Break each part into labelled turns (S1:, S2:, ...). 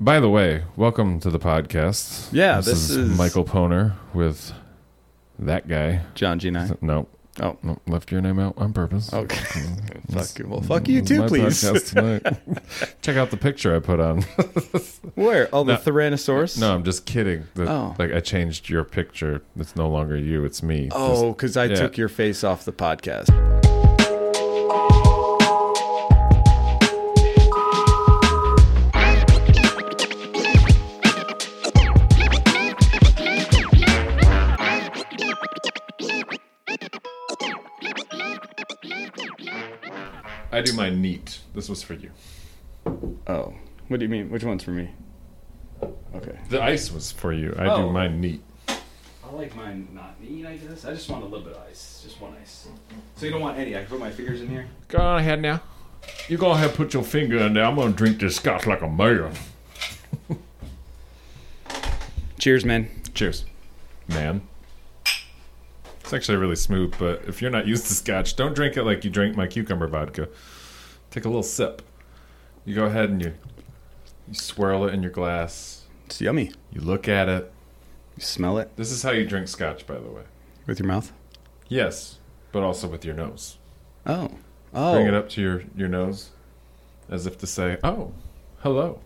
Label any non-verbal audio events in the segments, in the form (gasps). S1: By the way, welcome to the podcast.
S2: Yeah, this is-
S1: Michael Poner with that guy.
S2: John G9.
S1: No,
S2: Oh,
S1: no, left your name out on purpose.
S2: okay. fuck you. Well, fuck
S1: This
S2: you
S1: is
S2: too,
S1: my
S2: please.
S1: podcast tonight. Check out the picture I put on.
S2: (laughs) Where? Oh, the
S1: No.
S2: Tyrannosaurus?
S1: No, I'm just kidding. The-
S2: Oh.
S1: Like I changed your picture. It's no longer you. It's me.
S2: Oh, because I
S1: yeah.
S2: took your face off the podcast.
S1: Just- I do my neat. This was for you.
S2: Oh, what do you mean? Which one's for me? Okay.
S1: The ice was for you. I do
S2: Oh.
S1: my neat.
S2: I like mine not neat, I guess. I just want a little bit of ice. Just one ice. So you don't want any. I can put my fingers in here?
S1: Go on ahead now. You go ahead, put your finger in there. I'm gonna drink this scotch like a man.
S2: Cheers, man.
S1: Cheers, man. It's actually really smooth, but if you're not used to scotch, don't drink it like you drink my cucumber vodka. Take a little sip. You go ahead and you, you swirl it in your glass.
S2: It's yummy.
S1: You look at it.
S2: You smell it
S1: This is how you drink scotch, by the way.
S2: with your mouth?
S1: Yes, but also with your nose.
S2: Oh. Oh.
S1: Bring it up to your, your nose as if to say, oh, hello.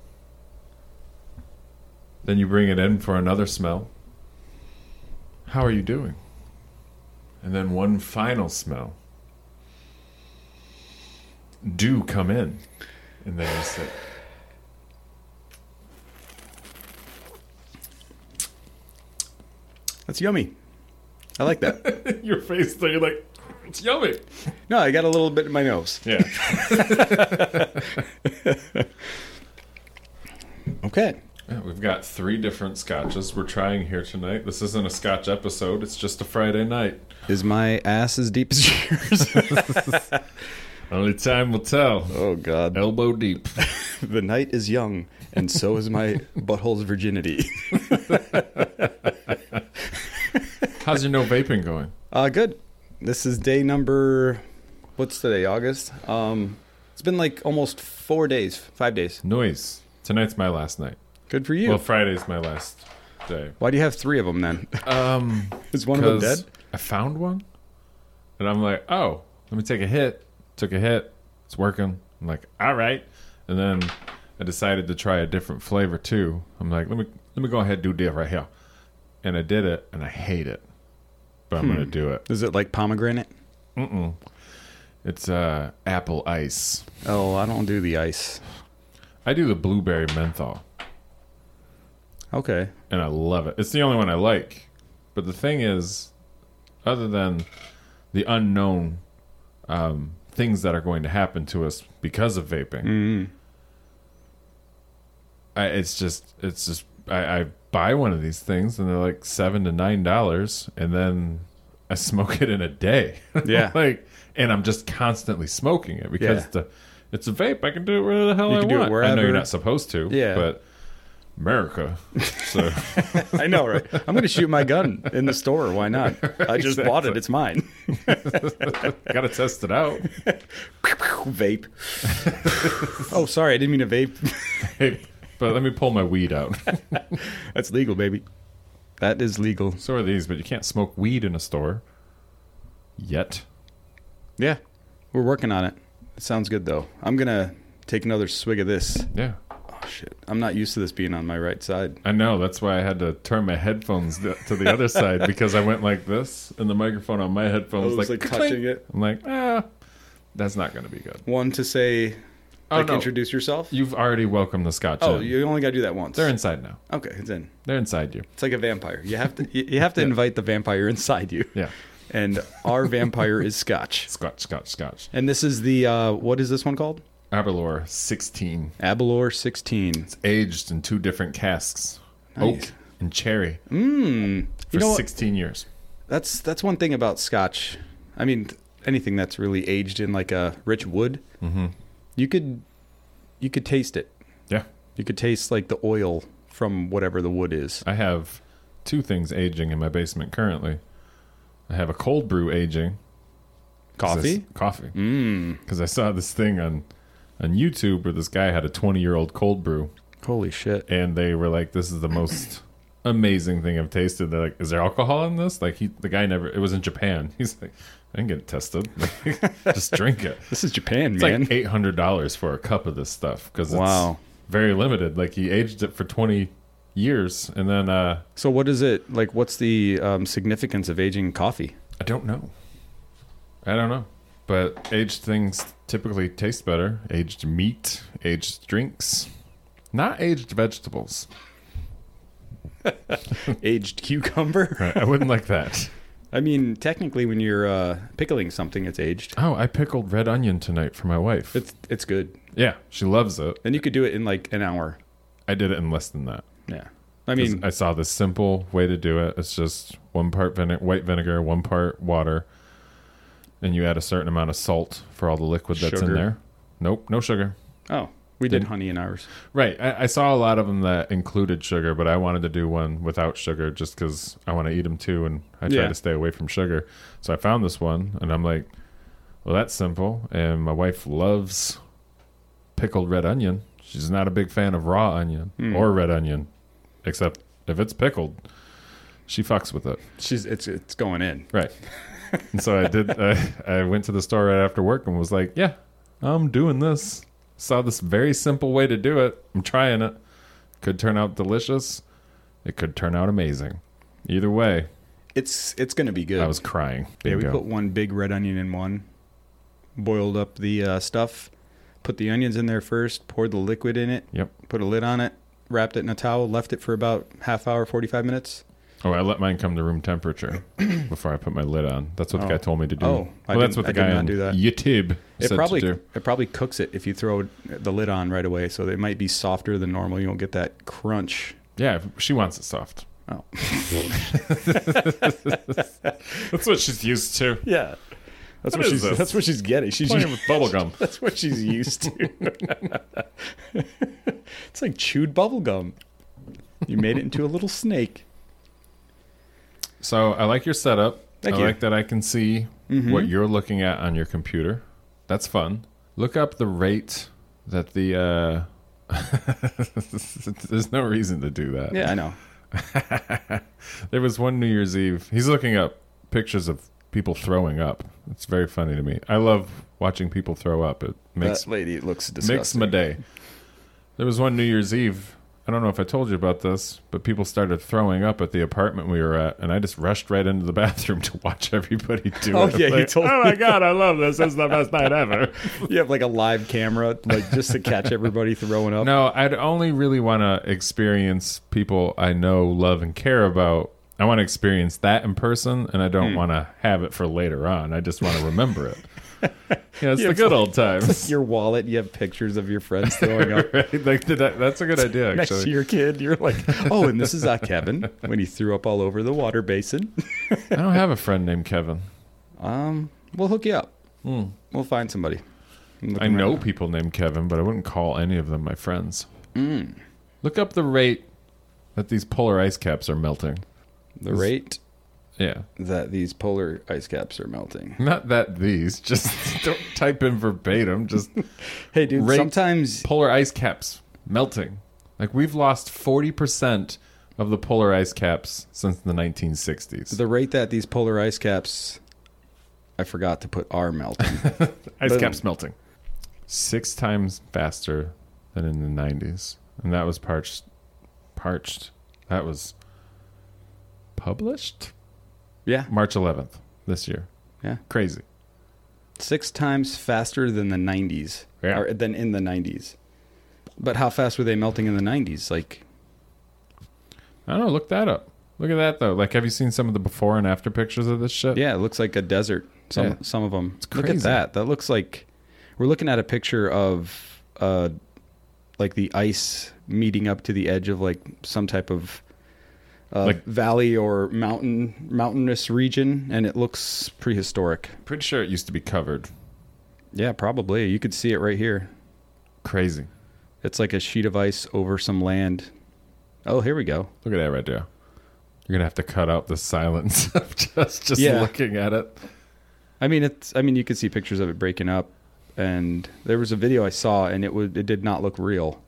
S1: Then you bring it in for another smell. How are you doing? And then one final smell. Do come in. And then you sit.
S2: That's yummy. I
S1: (laughs)
S2: like that.
S1: (laughs) your face, there, you're like, it's yummy.
S2: no, I got a little bit in my nose.
S1: Yeah. (laughs)
S2: Okay.
S1: Yeah, we've got three different scotches we're trying here tonight. This isn't a scotch episode, it's just a Friday night.
S2: Is my ass as deep as
S1: (laughs)
S2: (laughs) yours?
S1: Only time will tell.
S2: oh, God.
S1: Elbow deep.
S2: (laughs) The night is young, and so
S1: (laughs)
S2: is my butthole's virginity. (laughs)
S1: How's your no vaping going?
S2: Uh, good. This is day number. What's today? August. Um, it's been like almost four days, five days.
S1: Noise. Tonight's my last night.
S2: Good for you.
S1: Well, Friday's my last day.
S2: Why do you have three of them then?
S1: Um,
S2: (laughs) is one of them dead?
S1: because I found one, and I'm like, oh, let me take a hit. Took a hit. It's working. I'm like, all right. And then I decided to try a different flavor too. I'm like, let me let me go ahead and do this right here. And I did it, and I hate it, but I'm gonna
S2: Hmm.
S1: do it.
S2: Is it like pomegranate?
S1: It's uh, apple ice.
S2: Oh, I don't do the ice.
S1: I do the blueberry menthol. (laughs)
S2: Okay.
S1: and I love it. It's the only one I like. But the thing is, other than the unknown um, things that are going to happen to us because of vaping,
S2: Mm-hmm.
S1: I, it's just it's just I, I buy one of these things and they're like seven to nine dollars, and then I smoke it in a day. (laughs)
S2: Yeah.
S1: like, and I'm just constantly smoking it because
S2: Yeah.
S1: the it's a vape. I can do it wherever the hell
S2: You
S1: I
S2: can do it
S1: want. I know
S2: wherever.
S1: you're not supposed to.
S2: Yeah.
S1: but America. So. (laughs)
S2: I know, right? I'm going to shoot my gun in the store. Why not?
S1: (laughs)
S2: I just bought it. It's mine.
S1: Got to test it out.
S2: vape. (laughs) oh, sorry. I didn't mean to vape.
S1: Hey, but let me pull my weed out. (laughs)
S2: That's legal, baby. That is legal.
S1: So are these, but you can't smoke weed in a store yet.
S2: Yeah, we're working on it. It sounds good though. I'm gonna take another swig of this.
S1: Yeah.
S2: Oh shit! I'm not used to this being on my right side.
S1: I know. That's why I had to turn my headphones th- to the other
S2: (laughs)
S1: side because I went like this, and the microphone on my headphones
S2: Oh,
S1: like,
S2: it's like touching it.
S1: I'm like, ah, that's not going to be good.
S2: One to say,
S1: Oh,
S2: like,
S1: no.
S2: introduce yourself.
S1: You've already welcomed the scotch.
S2: oh,
S1: in.
S2: you only gotta do that once.
S1: They're inside now.
S2: okay, it's in.
S1: They're inside you.
S2: It's like a vampire. You have to. You you have to invite the vampire inside you.
S1: Yeah.
S2: And our vampire is Scotch.
S1: Scotch, scotch, scotch.
S2: And this is the uh, what is this one called?
S1: Aberlour 16.
S2: Abalor 16.
S1: It's aged in two different casks
S2: Nice.
S1: oak and cherry for
S2: You know what?
S1: 16 years.
S2: That's that's one thing about scotch. I mean, th- anything that's really aged in like a rich wood,
S1: Mm-hmm.
S2: you could you could taste it.
S1: Yeah.
S2: You could taste like the oil from whatever the wood is.
S1: I have two things aging in my basement currently. I have a cold brew aging. 'cause I s-
S2: Coffee. Mm.
S1: coffee. Because I saw this thing on on YouTube where this guy had a 20 year old cold brew
S2: Holy shit.
S1: and they were like, "This is the most (clears throat) amazing thing I've tasted." They're like, "Is there alcohol in this?" Like he, the guy never. It was in Japan. (laughs) He's like, "I didn't get it tested. (laughs) Just drink it."
S2: This is Japan,
S1: It's
S2: man.
S1: like eight hundred dollars for a cup of this stuff because
S2: Wow.
S1: it's very limited. Like he aged it for twenty years, and then uh,
S2: so what is it like what's the um, significance of aging
S1: (laughs)
S2: coffee?
S1: I don't know. I don't know, but aged things typically taste better. Aged meat, aged drinks, not aged vegetables. (laughs)
S2: Aged cucumber?
S1: Right, I wouldn't like that.
S2: I mean, technically when you're uh, pickling something it's aged.
S1: Oh, I pickled red onion tonight for my wife.
S2: It's it's good.
S1: Yeah, she loves it.
S2: And you could do it in like an hour.
S1: I did it in less than that.
S2: Yeah. I
S1: 'Cause
S2: mean,
S1: I saw the simple way to do it. It's just one part vine- white vinegar, one part water, and you add a certain amount of salt for all the liquid that's in
S2: Sugar.
S1: there. Nope, no sugar.
S2: oh, we did
S1: uh, Did-
S2: honey in ours.
S1: Right. I, I saw a lot of them that included sugar, but I wanted to do one without sugar just because I want to eat them too, and I try
S2: Yeah.
S1: to stay away from sugar. So I found this one, and I'm like, well, that's simple. And my wife loves pickled red onion. She's not a big fan of raw onion
S2: Hmm.
S1: or red onion, except if it's pickled, she fucks with it.
S2: She's it's it's going in.
S1: Right. and so I did. (laughs) I, I went to the store right after work and was like, "Yeah, I'm doing this." Saw this very simple way to do it. I'm trying it. Could turn out delicious. It could turn out amazing. Either way,
S2: It's it's going to be good.
S1: I was crying.
S2: Yeah, we
S1: Bingo.
S2: put one big red onion in one, boiled up the uh, stuff, put the onions in there first, poured the liquid in it.
S1: Yep.
S2: Put a lid on it, wrapped it in a towel, left it for about half hour, forty five minutes.
S1: oh, I let mine come to room temperature (clears throat) before I put my lid on. That's what the
S2: Oh.
S1: guy told me to do.
S2: Oh, I
S1: well, that's
S2: didn't-
S1: what the
S2: I did
S1: guy
S2: not
S1: on
S2: do that.
S1: YouTube
S2: It
S1: said
S2: probably
S1: to do.
S2: it probably cooks it if you throw the lid on right away, so it might be softer than normal. You won't get that crunch.
S1: Yeah, she wants it soft.
S2: Oh.
S1: (laughs) that's what she's used to.
S2: Yeah. That's
S1: What
S2: what,
S1: is
S2: she's
S1: this?
S2: that's what she's getting. She's
S1: Playing with bubble gum.
S2: (laughs) that's what she's used to. (laughs) it's like chewed bubble gum. You made it into a little snake.
S1: So I like your setup.
S2: Thank
S1: I
S2: you. Mm-hmm.
S1: like that I can see what you're looking at on your computer. That's fun. Look up the rate that the. Uh... (laughs) There's no reason to do that.
S2: Yeah, I know.
S1: (laughs) There was one New Year's Eve. He's looking up pictures of people throwing up. It's very funny to me. I love watching people throw up. It makes
S2: that lady looks
S1: makes
S2: disgusting.
S1: my day. There was one New Year's Eve. I don't know if I told you about this, but people started throwing up at the apartment we were at, and I just rushed right into the (laughs) bathroom to watch everybody do
S2: Oh,
S1: it.
S2: yeah, you
S1: Like,
S2: told
S1: Oh my god, I love this. This is the best night
S2: (laughs)
S1: ever.
S2: you have like a live camera, like just to catch everybody throwing
S1: (laughs)
S2: up.
S1: No, I'd only really want to experience people I know, love, and care about. I want to experience that in person, and I don't
S2: Hmm.
S1: want to have it for later on. I just want to remember
S2: (laughs)
S1: it. Yeah, it's
S2: Yeah,
S1: the
S2: it's
S1: good
S2: (laughs)
S1: old times.
S2: Your wallet, you have pictures of your friends throwing up.
S1: right? (laughs) Like that, that's a good idea.
S2: Next
S1: Actually,
S2: to your kid, you're like, oh, and this is uh, Kevin when he threw up all over the water basin.
S1: I don't have a friend named Kevin.
S2: Um, we'll hook you up. We'll find somebody. I'm
S1: I
S2: looking
S1: know
S2: right
S1: people named Kevin, but I wouldn't call any of them my friends.
S2: Mm.
S1: Look up the rate that these polar ice caps are melting.
S2: now. the rate
S1: Yeah.
S2: that these polar ice caps are melting.
S1: Not that these, just (laughs) don't type in verbatim,
S2: (laughs)
S1: just
S2: Hey, dude,
S1: Rate-
S2: sometimes
S1: polar ice caps melting. Like we've lost 40% of the polar ice caps since the 1960s.
S2: the rate that these polar ice caps, I forgot to put are
S1: (laughs)
S2: melting.
S1: ice
S2: Boom.
S1: caps melting. Six times faster than in the 90s. And that was parched. Parched. That was published?
S2: yeah,
S1: March 11th this year.
S2: Yeah.
S1: Crazy.
S2: six times faster than the 90s
S1: Yeah.
S2: or than in the 90s but how fast were they melting in the 90s like
S1: I don't know. Look that up. Look at that, though. Like, have you seen some of the before and after pictures of this shit?
S2: yeah it looks like a desert some
S1: Yeah.
S2: some of them
S1: It's
S2: look
S1: crazy.
S2: at that that looks like we're looking at a picture of uh like the ice meeting up to the edge of like some type of uh,
S1: Like-
S2: valley or mountain mountainous region and it looks prehistoric
S1: Pretty sure it used to be covered.
S2: yeah probably you could see it right here
S1: Crazy.
S2: it's like a sheet of ice over some land oh here we go
S1: Look at that right there. You're going to have to cut out the silence (laughs) of just, just
S2: Yeah.
S1: looking at it.
S2: I mean, it's. I mean, you could see pictures of it breaking up, and there was a video I saw, and it would. It did not look real.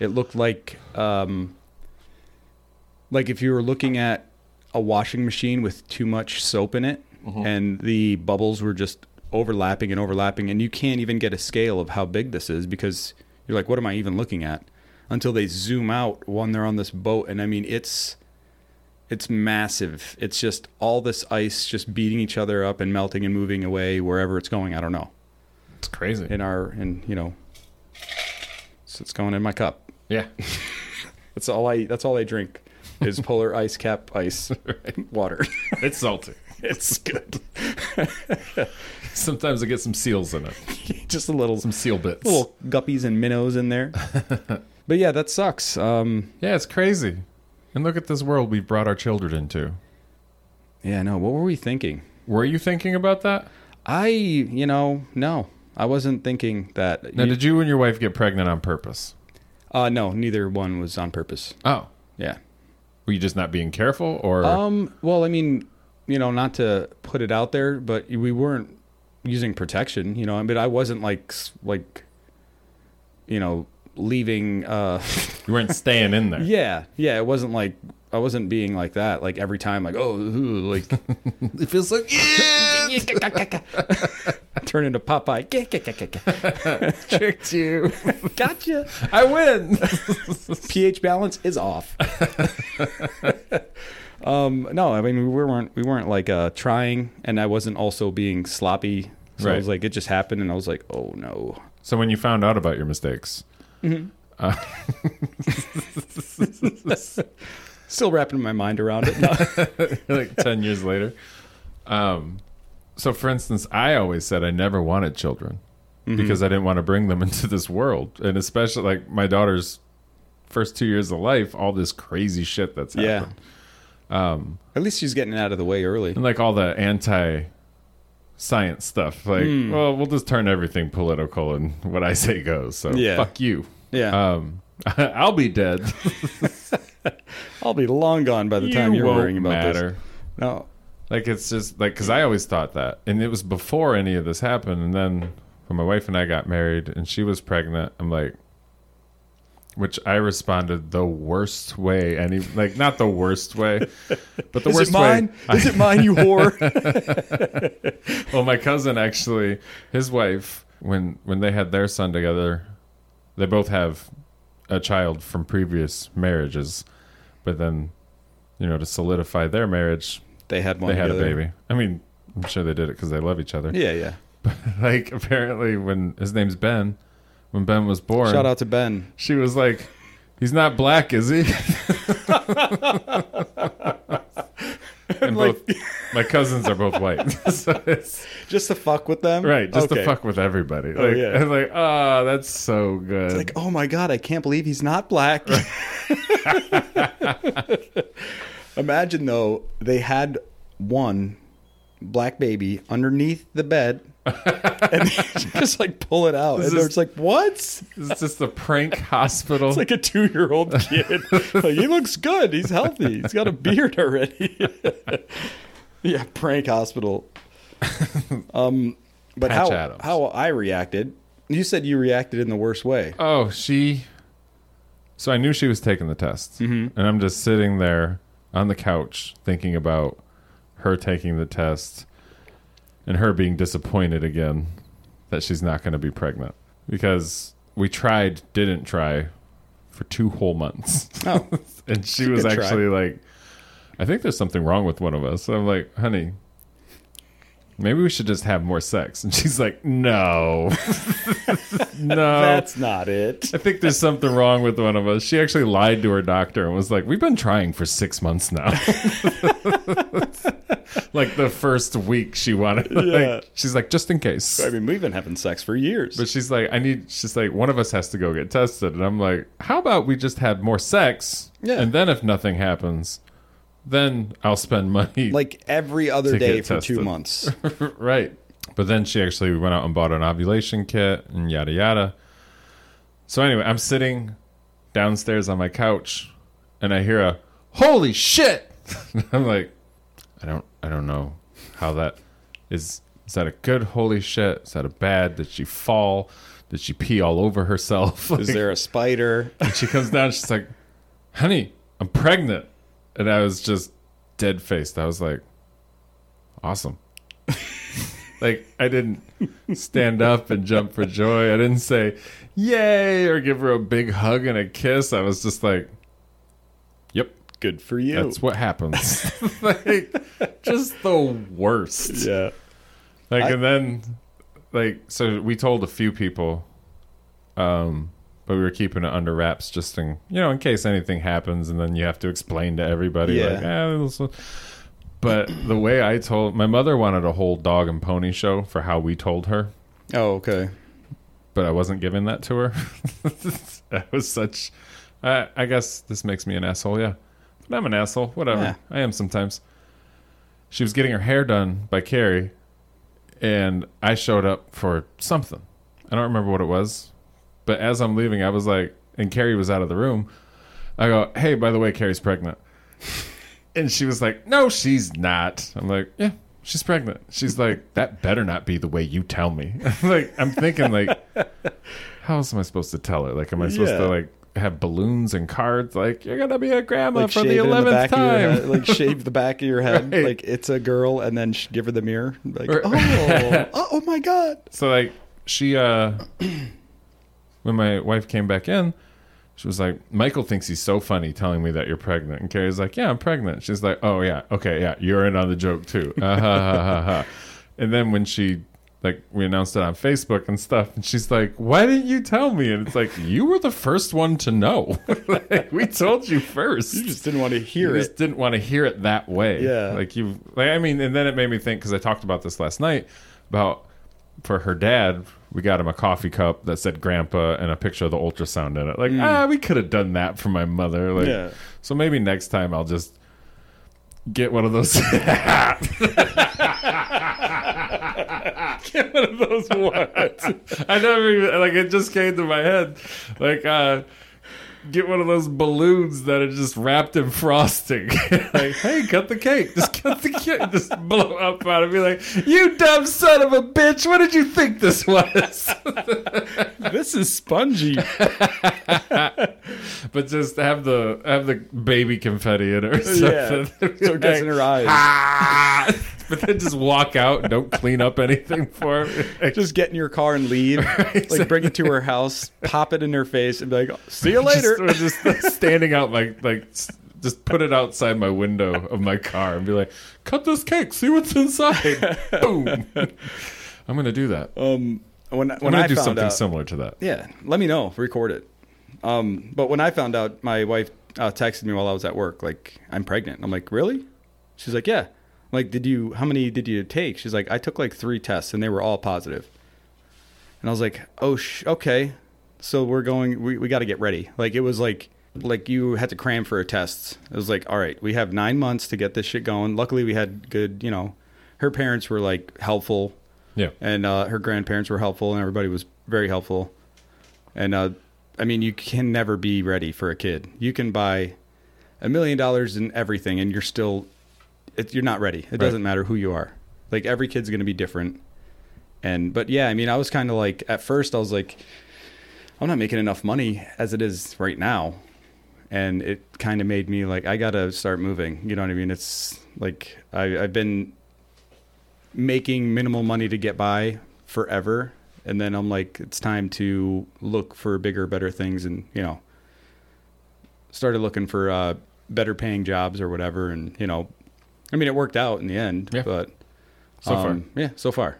S2: It looked like um, like if you were looking at a washing machine with too much soap in it, and the bubbles were just overlapping and overlapping, and you can't even get a scale of how big this is because you're like, what am I even looking at? Until they zoom out when they're on this boat, and I mean, it's it's massive. It's just all this ice just beating each other up and melting and moving away wherever it's going. I don't know.
S1: It's crazy.
S2: In our in you know, so it's going in my cup.
S1: yeah.
S2: That's all I. That's all I drink
S1: (laughs)
S2: is polar ice cap ice water. (laughs)
S1: It's salty. (laughs)
S2: it's good.
S1: Sometimes I get some seals in it,
S2: just a little
S1: some seal bits.
S2: little guppies and minnows in
S1: (laughs)
S2: there. but yeah, that sucks. Um,
S1: Yeah, it's crazy. And look at this world we've brought our children into.
S2: yeah, no. What were we thinking?
S1: Were you thinking about that?
S2: I you know no. I wasn't thinking that.
S1: Now, did you and your wife get pregnant on purpose?
S2: uh, no, neither one was on purpose.
S1: Oh,
S2: Yeah.
S1: were you just not being careful, or
S2: Um. Well, I mean, you know, not to put it out there, but we weren't using protection. You know, I mean, I wasn't like s- like, you know, leaving. Uh, (laughs)
S1: you weren't staying in there?
S2: yeah, yeah. It wasn't like I wasn't being like that. Like every time, like oh, ooh,
S1: (laughs)
S2: like (laughs)
S1: It feels like
S2: turn into Popeye.
S1: (laughs) tricked you.
S2: (laughs) gotcha.
S1: I win.
S2: pH balance is
S1: (laughs)
S2: off. um, no, I mean we weren't we weren't like uh, trying, and I wasn't also being sloppy. So I
S1: Right.
S2: was like, it just happened, and I was like, oh no.
S1: (laughs) so when you found out about your mistakes, (laughs)
S2: Still wrapping my mind around it. No.
S1: like ten years later, um, so for instance, I always said I never wanted children
S2: Mm-hmm.
S1: because I didn't want to bring them (laughs) into this world, and especially like my daughter's first two years of life, all this crazy shit that's happened.
S2: (laughs) yeah.
S1: Um,
S2: At least she's getting it out of the way early.
S1: and like all the anti science stuff like
S2: Mm.
S1: well we'll just turn everything political and what i say goes so
S2: Yeah.
S1: fuck you
S2: Yeah.
S1: um (laughs) i'll be dead
S2: I'll be long gone by the time
S1: You
S2: you're
S1: won't
S2: worrying about
S1: matter
S2: this. No.
S1: like it's just like because i always thought that and it was before any of this happened and then when my wife and i got married and she was pregnant i'm like which i responded the worst way any like not the worst way but the
S2: Is
S1: worst
S2: it mine?
S1: (laughs) way
S2: Is it mine,
S1: (laughs)
S2: you whore?
S1: Well, my cousin actually, his wife, when when they had their son together, they both have a child from previous marriages, but then, you know, to solidify their marriage,
S2: they had one.
S1: they had a
S2: together.
S1: baby. I mean, I'm sure they did it because they love each other.
S2: Yeah, yeah.
S1: (laughs) Like apparently, when his name's Ben, when Ben was born,
S2: Shout out to Ben.
S1: she was like, "He's not black, is
S2: (laughs)
S1: he?" and
S2: Like-
S1: both my cousins are both white, (laughs) so it's
S2: Just to fuck with them.
S1: Right, just
S2: Okay. Oh,
S1: to fuck with everybody. Like,
S2: yeah.
S1: I'm (laughs) like, ah, that's so good.
S2: Like, oh my god, I can't believe he's not black. (laughs) Imagine though, they had one black baby underneath
S1: (laughs)
S2: the bed, and they (laughs) just like pull it out, and they're
S1: is-
S2: just like, "What?"
S1: it's just a prank hospital.
S2: It's like a two-year-old kid. (laughs) like he looks good. He's healthy. He's got a beard already. (laughs) yeah,
S1: (laughs)
S2: prank hospital. Um, but
S1: Patch
S2: how
S1: Adams.
S2: how I reacted? You said you reacted in the worst way.
S1: oh, she. So I knew she was taking the test, and I'm just sitting there on the couch thinking about her taking the test and her being disappointed again that she's not going to be pregnant because we tried, didn't try, for two whole months. (laughs)
S2: Oh,
S1: and she was
S2: good try.
S1: actually like, "I think there's something wrong with one of us." So I'm like, "Honey, maybe we should just have more sex." And she's like, "No, (laughs) no,
S2: that's not it.
S1: I think there's something wrong with one of us." She actually lied to her doctor and was like, "We've been trying for six months now." (laughs) like the first week, she wanted. Like,
S2: Yeah.
S1: She's like, "Just in case."
S2: I mean, we've been having sex for years.
S1: But she's like, I need. She's like, one of us has to go get tested, and I'm like, how about we just have more sex?
S2: Yeah.
S1: And then if nothing happens, then I'll spend money.
S2: like every other
S1: To
S2: day
S1: get
S2: for two
S1: tested. (laughs)
S2: months.
S1: right. But then she actually went out and bought an ovulation kit and yada yada. So anyway, I'm sitting downstairs on my couch, and I hear a "Holy shit!" (laughs) I'm like, I don't, I don't know how that is. Is that a good holy shit? Is that a bad? Did she fall? Did she pee all over herself? (laughs) Like,
S2: Is there a spider?
S1: she comes down. She's like, "Honey, I'm pregnant," and I was just dead faced. I was like, "Awesome." (laughs) like I didn't stand up and jump for joy. I didn't say "yay" or give her a big hug and a kiss. I was just like, "Yep,
S2: Good for you.
S1: that's what happens." (laughs) like, just the worst.
S2: yeah.
S1: Like
S2: I-
S1: and then like so we told a few people um but we were keeping it under wraps just in you know in case anything happens and then you have to explain to everybody like
S2: Yeah.
S1: eh, this was-" but the way I told my mother wanted a whole dog and pony show for how we told her
S2: Oh, okay.
S1: but I wasn't giving that to her (laughs) I was such I I guess this makes me an asshole yeah but I'm an asshole whatever
S2: Yeah.
S1: I am sometimes she was getting her hair done by Carrie, and I showed up for something. I don't remember what it was, but as I'm leaving, I was like, and Carrie was out of the room. I go, hey, by the way, Carrie's pregnant. And she was like, no, she's not. I'm like, yeah, she's pregnant. She's like, that better not be the way you tell me. (laughs) like, I'm thinking, like, how else am I supposed to tell her? Like, am I supposed
S2: Yeah.
S1: to, like, have balloons and cards? Like, you're going to be a grandma
S2: Like
S1: for
S2: shave
S1: the
S2: it in
S1: 11th
S2: back of your
S1: time.
S2: head- like shave the back of your head.
S1: (laughs) Right.
S2: Like it's a girl, and then sh- give her the mirror. Like
S1: Or- (laughs)
S2: oh, oh, oh my god.
S1: so like she uh (clears throat) when my wife came back in she was like michael thinks he's so funny telling me that you're pregnant and carrie's like yeah i'm pregnant she's like oh yeah okay yeah you're in on the joke too (laughs) Ah, ha, ha, ha, ha. and then when she like we announced it on facebook and stuff and she's like why didn't you tell me and it's like you were the first one to know (laughs) like, we told you first
S2: You just didn't want to hear
S1: you
S2: it.
S1: just didn't want to hear it that way.
S2: Yeah.
S1: Like you, like I mean, and then it made me think because I talked about this last night about for her dad, we got him a coffee cup that said "Grandpa" and a picture of the ultrasound in it. Like, ah, we could have done that for my mother. Like,
S2: Mm. Yeah.
S1: so maybe next time I'll just get one of those. (laughs) get one of those what? (laughs) I never even like it just came to my head, like. uh get one of those balloons that are just wrapped in frosting. (laughs) like, hey, cut the cake. Just cut the cake. Just blow up out of me. Like, you dumb son of a bitch. What did you think this was? (laughs)
S2: This is spongy.
S1: but just have the have the baby confetti in it or
S2: yeah.
S1: something.
S2: So it gets in her eyes.
S1: Ah! But then just walk out and don't clean up anything for her.
S2: (laughs) (laughs) Just get in your car and
S1: (laughs)
S2: leave. Like bring it to her house, pop it in her face, and be like, "See you
S1: (laughs)
S2: later."
S1: Just, just like, standing out my like, s- just put it outside my window of my car and be like, cut this cake, see what's
S2: (laughs)
S1: inside. Boom. I'm gonna do that.
S2: (laughs) um, when
S1: I'm
S2: when
S1: gonna
S2: I
S1: do
S2: found
S1: something
S2: out,
S1: similar to that.
S2: yeah, let me know. Record it. Um, but when I found out, my wife uh, texted me while I was at work, like, "I'm pregnant." I'm like, "Really?" She's like, "Yeah." I'm like, did you? How many did you take? She's like, "I took like three tests, and they were all positive." And I was like, "Oh, sh- okay." So we're going. We we got to get ready. Like it was like like you had to cram for a test. It was like, all right, we have nine months to get this shit going. Luckily, we had good. You know, her parents were like helpful
S1: Yeah.
S2: and uh, her grandparents were helpful, and everybody was very helpful. And uh, I mean, you can never be ready for a kid. You can buy a million dollars in everything, and you're still it, you're not ready. It doesn't matter who you are. Like every kid's going to be different. And but yeah, I mean, I was kind of like at first I was like, I'm not making enough money as it is right now, and it kind of made me like I gotta start moving. You know what I mean? It's like I, I've been making minimal money to get by forever and then i'm like it's time to look for bigger better things and you know started looking for uh better paying jobs or whatever and you know i mean it worked out in the end
S1: Yeah.
S2: but
S1: So far.
S2: um, yeah so far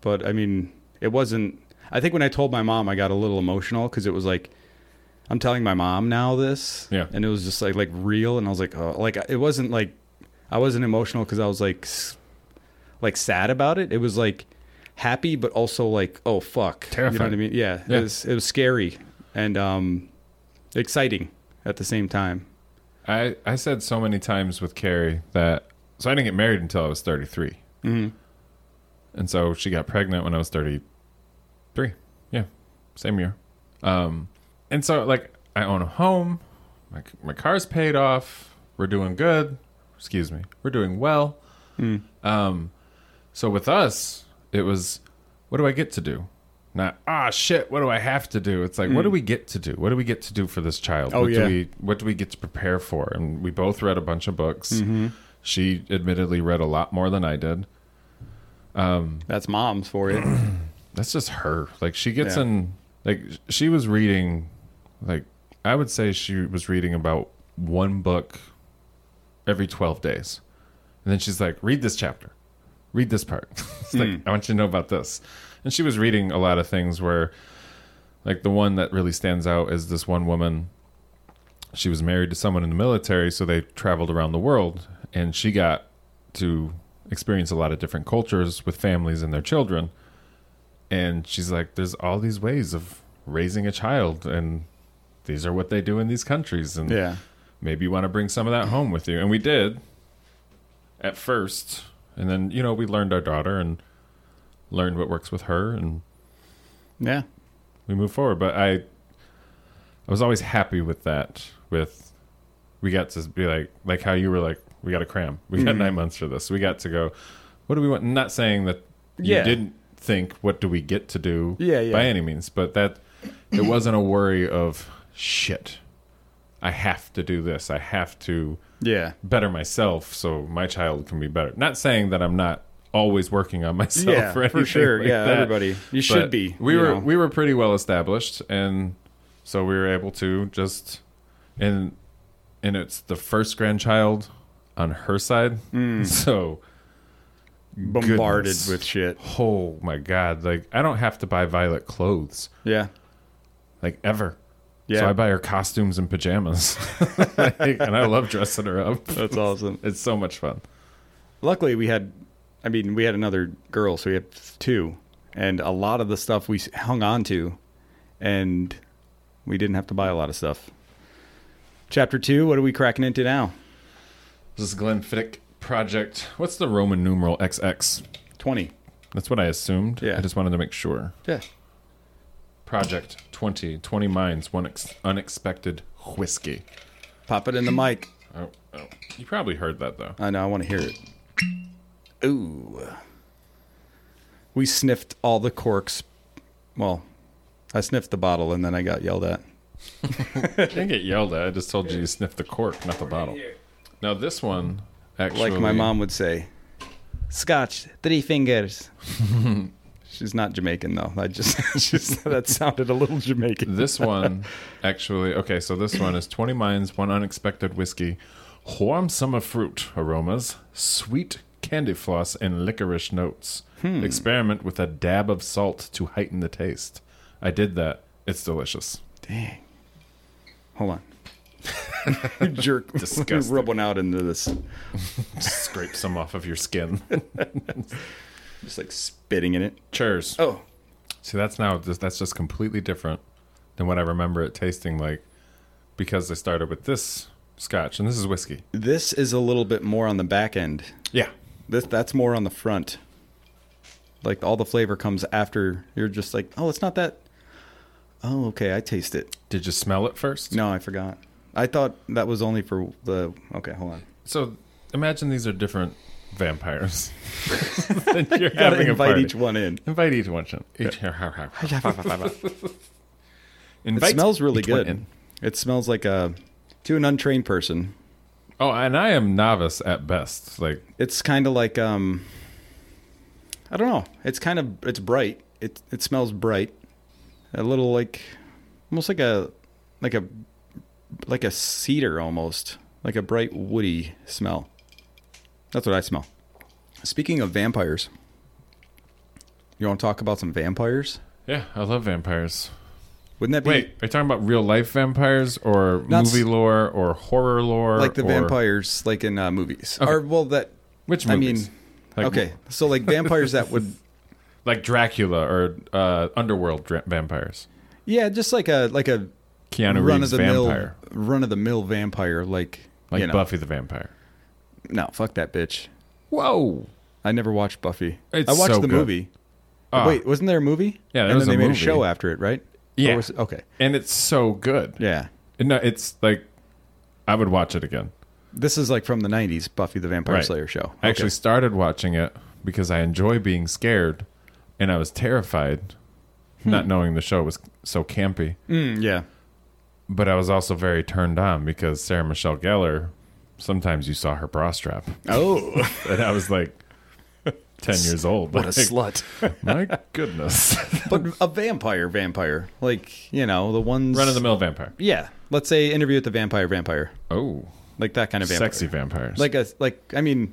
S2: but i mean it wasn't i think when i told my mom i got a little emotional because it was like i'm telling my mom now this
S1: Yeah.
S2: and it was just like like real and i was like oh like it wasn't like i wasn't emotional because i was like s- like sad about it. It was like happy, but also like, oh fuck, You know
S1: Terrifying.
S2: what I mean? Yeah,
S1: Yeah.
S2: It, was, it was scary and um, exciting at the same time.
S1: I, I said so many times with Carrie that so I didn't get married until I was 33, mm-hmm. and so she got pregnant when I was 33. Yeah, same year. Um, and so like I own a home, my my car's paid off, we're doing good. Excuse me, we're doing well.
S2: Hmm.
S1: Um, so with us, it was, what do I get to do? Not ah shit. What do I have to do? It's like what do we get to do? What do we get to do for this child?
S2: Hmm. Oh,
S1: what
S2: yeah.
S1: do we what do we get to prepare for? And we both read a bunch of books.
S2: Mm-hmm.
S1: She admittedly read a lot more than I did.
S2: That's moms
S1: (coughs)
S2: for you.
S1: That's just her. Like she gets
S2: Yeah.
S1: in like she was reading like I would say she was reading about one book every 12 days. And then she's like, "Read this chapter. Read this part." (laughs) it's like, "I want you to know about this." And she was reading a lot of things where like the one that really stands out is this one woman she was married to someone in the military so they traveled around the world and she got to experience a lot of different cultures with families and their children and she's like there's all these ways of raising a child and these are what they do in these countries and
S2: yeah.
S1: maybe you want to bring some of that home with you and we did at first and then you know we learned our daughter and learned what works with her and
S2: Yeah.
S1: we move forward. But I, I was always happy with that. With we got to be like, like how you were like, we got to cram. We
S2: Mm-hmm.
S1: got nine months for this. We got to go. What do we want? Not saying that you
S2: Yeah.
S1: didn't think. What do we get to do?
S2: Yeah, yeah.
S1: By any means, but that it wasn't a worry of shit. I have to do this. I have to
S2: Yeah.
S1: better myself so my child can be better. Not saying that I'm not always working on (laughs) myself
S2: Yeah,
S1: or
S2: for
S1: anything
S2: sure.
S1: like
S2: Yeah,
S1: that,
S2: everybody. You
S1: but
S2: should be,
S1: We
S2: you
S1: were
S2: know.
S1: we were pretty well established and so we were able to just and and it's the first grandchild on her side.
S2: Mm.
S1: (laughs) So
S2: Bombarded
S1: Goodness.
S2: with shit.
S1: oh my god, like I don't have to buy Violet clothes
S2: Yeah.
S1: like ever.
S2: Yeah.
S1: So I buy her costumes and pajamas. (laughs) Like, and I love dressing her up. (laughs)
S2: That's awesome.
S1: It's so much fun.
S2: Luckily, we had, I mean, we had another girl, so we had two, and a lot of the stuff we s- hung on to, and we didn't have to buy a lot of stuff. Chapter two. What are we cracking into now?
S1: This is Glenfiddich project. What's the Roman numeral XX?
S2: Twenty.
S1: That's what I assumed.
S2: Yeah.
S1: I just wanted to make sure.
S2: Yeah.
S1: Project 20, 20 mines, one ex- unexpected whiskey.
S2: Pop it in the mic.
S1: Oh, oh, you probably heard that though.
S2: I know. I want to hear it. Ooh. We sniffed all the corks. Well, I sniffed the bottle and then I got yelled at.
S1: I didn't get yelled at. I just told you to sniff the cork, not the bottle. Now this one, actually,
S2: Like my mom would say, Scotch, three (laughs) fingers. She's not Jamaican though. I just, (laughs) just that sounded a little Jamaican.
S1: This one, actually, okay. So this one is twenty mines, one unexpected whiskey, warm summer fruit aromas, sweet candy floss, and licorice notes. Experiment with a dab of salt to heighten the taste. I did that. It's delicious.
S2: Dang. Hold on. (laughs) Jerk.
S1: Disgusting.
S2: Rub one out into this.
S1: Scrape some off of your skin.
S2: Just like spitting in it.
S1: Cheers.
S2: Oh.
S1: See, that's now just, that's just completely different than what I remember it tasting like, because I started with this scotch and this is whiskey.
S2: This is a little bit more on the back end.
S1: Yeah.
S2: This that's more on the front. Like all the flavor comes after. You're just like, oh, it's not that. Oh, okay, I taste it.
S1: Did you smell it first?
S2: No, I forgot. I thought that was only for the. Okay, hold on.
S1: So imagine these are different
S2: (laughs)
S1: vampires. and you're having a
S2: invite
S1: party.
S2: each one in.
S1: Invite each one. in. Each,
S2: (laughs) it
S1: Invite
S2: smells really
S1: each one
S2: good.
S1: in.
S2: It smells like a to an untrained person.
S1: Oh, and I am novice at best. Like
S2: It's kind of like um. I don't know. It's kind of it's bright. It it smells bright. A little like, almost like a like a like a cedar almost like a bright woody smell. That's what I smell. Speaking of vampires, you want to talk about some vampires?
S1: yeah, I love vampires.
S2: Wouldn't that be
S1: Wait, are you talking about real life vampires or
S2: Not s-
S1: movie lore or horror lore?
S2: like the
S1: or-
S2: vampires like in uh, movies or well that
S1: Which
S2: i
S1: movies?
S2: mean
S1: Like-
S2: okay so like vampires
S1: (laughs)
S2: that would
S1: Like Dracula or uh, underworld dra- vampires.
S2: yeah just like a like a
S1: Keanu
S2: run
S1: Reeves
S2: of the mill
S1: vampire.
S2: run of the mill vampire like
S1: Like
S2: you know.
S1: Buffy the Vampire.
S2: no fuck that bitch
S1: Whoa.
S2: i never watched buffy
S1: It's
S2: i watched
S1: so
S2: the
S1: good.
S2: movie
S1: Ah.
S2: wait wasn't there a movie
S1: Yeah, there
S2: and
S1: was
S2: then they
S1: a
S2: made
S1: movie.
S2: a show after it right
S1: Yeah.
S2: Or was it- okay
S1: And it's so good.
S2: yeah
S1: No, it's like I would watch it again.
S2: this is like from the 90s buffy the vampire
S1: Right.
S2: slayer show
S1: I actually
S2: Okay.
S1: started watching it because I enjoy being scared and I was terrified
S2: Hmm.
S1: not knowing the show was so campy. (laughs)
S2: Mm, yeah.
S1: But I was also very turned on because Sarah Michelle Gellar. Sometimes you saw her bra
S2: (laughs)
S1: strap,
S2: Oh,
S1: and I was like ten years old.
S3: What a
S1: Like,
S3: slut.
S1: My
S2: (laughs)
S1: goodness,
S2: but a vampire, vampire, like you know the ones.
S1: run of the mill vampire.
S2: Yeah, let's say interview with the vampire, vampire,
S1: Oh,
S2: like that kind of vampire.
S1: sexy vampires.
S2: Like a like. I mean,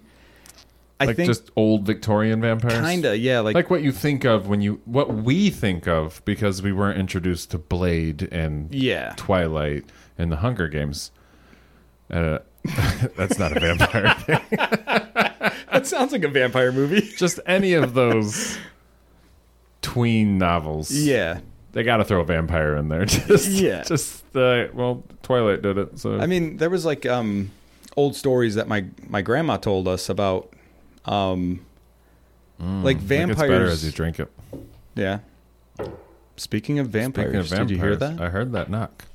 S2: I
S1: like
S2: think
S1: just old Victorian vampires.
S2: kinda. Yeah, like,
S1: like what you think of when you what we think of because we weren't introduced to Blade and
S2: yeah.
S1: Twilight and the Hunger Games. Uh, (laughs) that's not a
S2: (laughs)
S1: vampire.
S2: That sounds like a vampire movie. (laughs)
S1: Just any of those tween novels.
S2: Yeah.
S1: they got to throw a vampire in there. (laughs) Just,
S2: Yeah.
S1: Just uh, well, Twilight did it. So
S2: I mean, there was like um, old stories that my my grandma told us about, um, like
S1: It gets better
S2: vampires.
S1: as you drink it.
S2: yeah. Speaking of, vampires,
S1: Speaking of vampires,
S2: did you hear that?
S1: I heard that knock.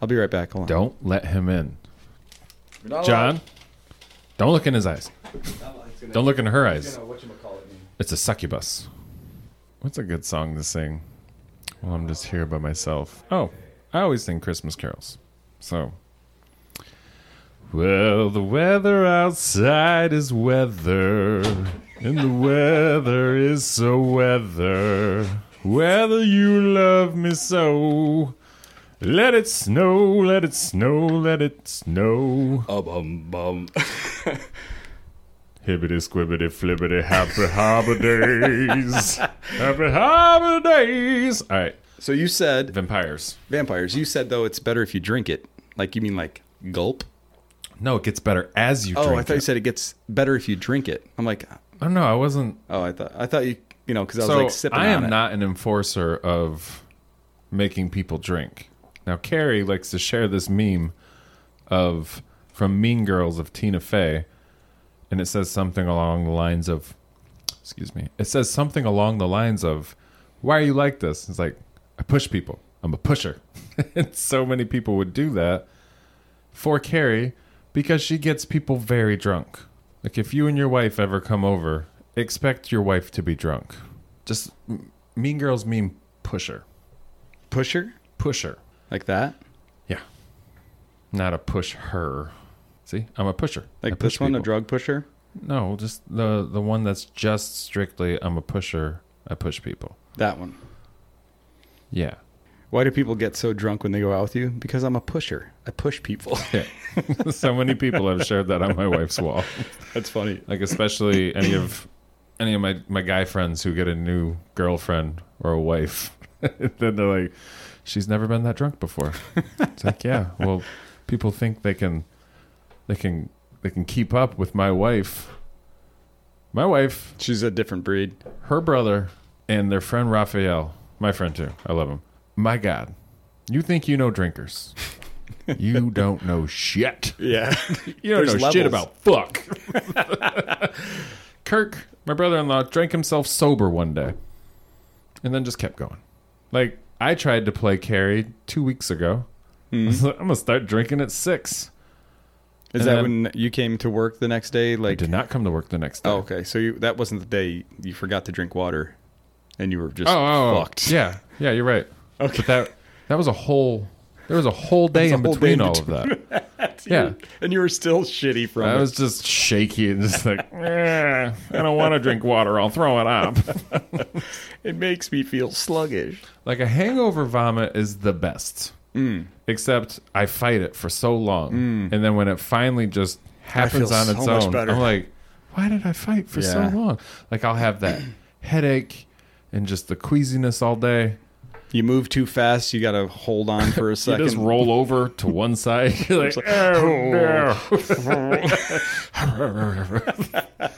S2: I'll be right back. Hold on.
S1: Don't let him in,
S2: Oh.
S1: John. Don't look in his eyes. Don't look in her eyes. It's a succubus. What's a good song to sing? Well, I'm just here by myself. Oh, I always sing Christmas carols. So. Well, the weather outside is weather, and the weather is so weather. Whether you love me so, let it snow, let it snow, let it snow.
S3: Oh, bum, bum.
S1: Hibbity squibbity flibbity happy
S2: (laughs)
S1: holidays. happy holidays. All right,
S2: (laughs) So you said
S1: vampires.
S2: vampires. You said though it's better if you drink it. Like you mean like gulp?
S1: No, it gets better as you
S2: Oh,
S1: drink.
S2: I thought
S1: it.
S2: you said it gets better if you drink it. I'm like,
S1: I don't know. I wasn't.
S2: oh, I thought I thought you you know because I was
S1: so
S2: like sipping.
S1: I am
S2: on it.
S1: not an enforcer of making people drink. Now Carrie likes to share this meme of from Mean Girls of Tina Fey, and it says something along the lines of, excuse me, it says something along the lines of, why are you like this? It's like I push people. I'm a pusher, (laughs) and so many people would do that for Carrie because she gets people very drunk. Like if you and your wife ever come over, expect your wife to be drunk. Just m- mean girls mean pusher.
S2: pusher
S1: Pusher.
S2: like that.
S1: Yeah. Not a push her. See? I'm a pusher. I
S2: Like
S1: push
S2: this one, a
S1: people.
S2: drug pusher.
S1: No, just the the one that's just strictly I'm a pusher. I push people.
S2: That one.
S1: Yeah. (laughs)
S2: Why do people get so drunk when they go out with you? Because I'm a pusher. I push
S1: (laughs)
S2: people. (laughs)
S1: Yeah. so many people have shared that on my wife's wall.
S2: That's funny.
S1: like especially any of any of my my guy friends who get a new girlfriend or a wife (laughs) then they're like she's never been that drunk before it's like yeah well people think they can they can they can keep up with my wife my wife
S2: She's a different breed.
S1: her brother and their friend raphael my friend too i love him my god you think you know drinkers you don't know shit
S2: (laughs) Yeah.
S1: you don't
S2: There's
S1: know shit about
S2: levels.
S1: fuck. (laughs) Kirk, my brother in law, drank himself sober one day and then just kept going. Like, I tried to play Carrie two weeks ago.
S2: Hmm.
S1: I was like, (laughs) I'm going to start drinking at six.
S2: Is
S1: And
S2: that
S1: then-
S2: when you came to work the next day?
S1: I
S2: Like,
S1: did not come to work the next day.
S2: oh, okay. So you, that wasn't the day you forgot to drink water, and you were just
S1: oh, oh, oh.
S2: fucked.
S1: Yeah. Yeah, you're right.
S2: Okay.
S1: But that, that was a whole, there was a whole day
S2: That's a
S1: in
S2: whole day
S1: between
S2: in
S1: all of that.
S2: (laughs)
S1: yeah.
S2: And you were still shitty from
S1: I
S2: it.
S1: was just shaky and just like, "Eh, I don't want to drink water. I'll throw it up.
S2: It makes me feel sluggish.
S1: Like a hangover vomit is the best.
S2: Mm.
S1: Except I fight it for so long, and then when it finally just happens
S2: feel
S1: on
S2: so
S1: its
S2: much
S1: own,
S2: better.
S1: I'm like, why did I fight for
S2: Yeah.
S1: so long? Like I'll have
S2: (clears throat)
S1: that headache and just the queasiness all day.
S2: You move too fast. You got to
S1: (laughs)
S2: hold on for a
S1: You
S2: second.
S1: just roll over to one side. (laughs) You're like, oh
S2: oh."
S1: no. (laughs)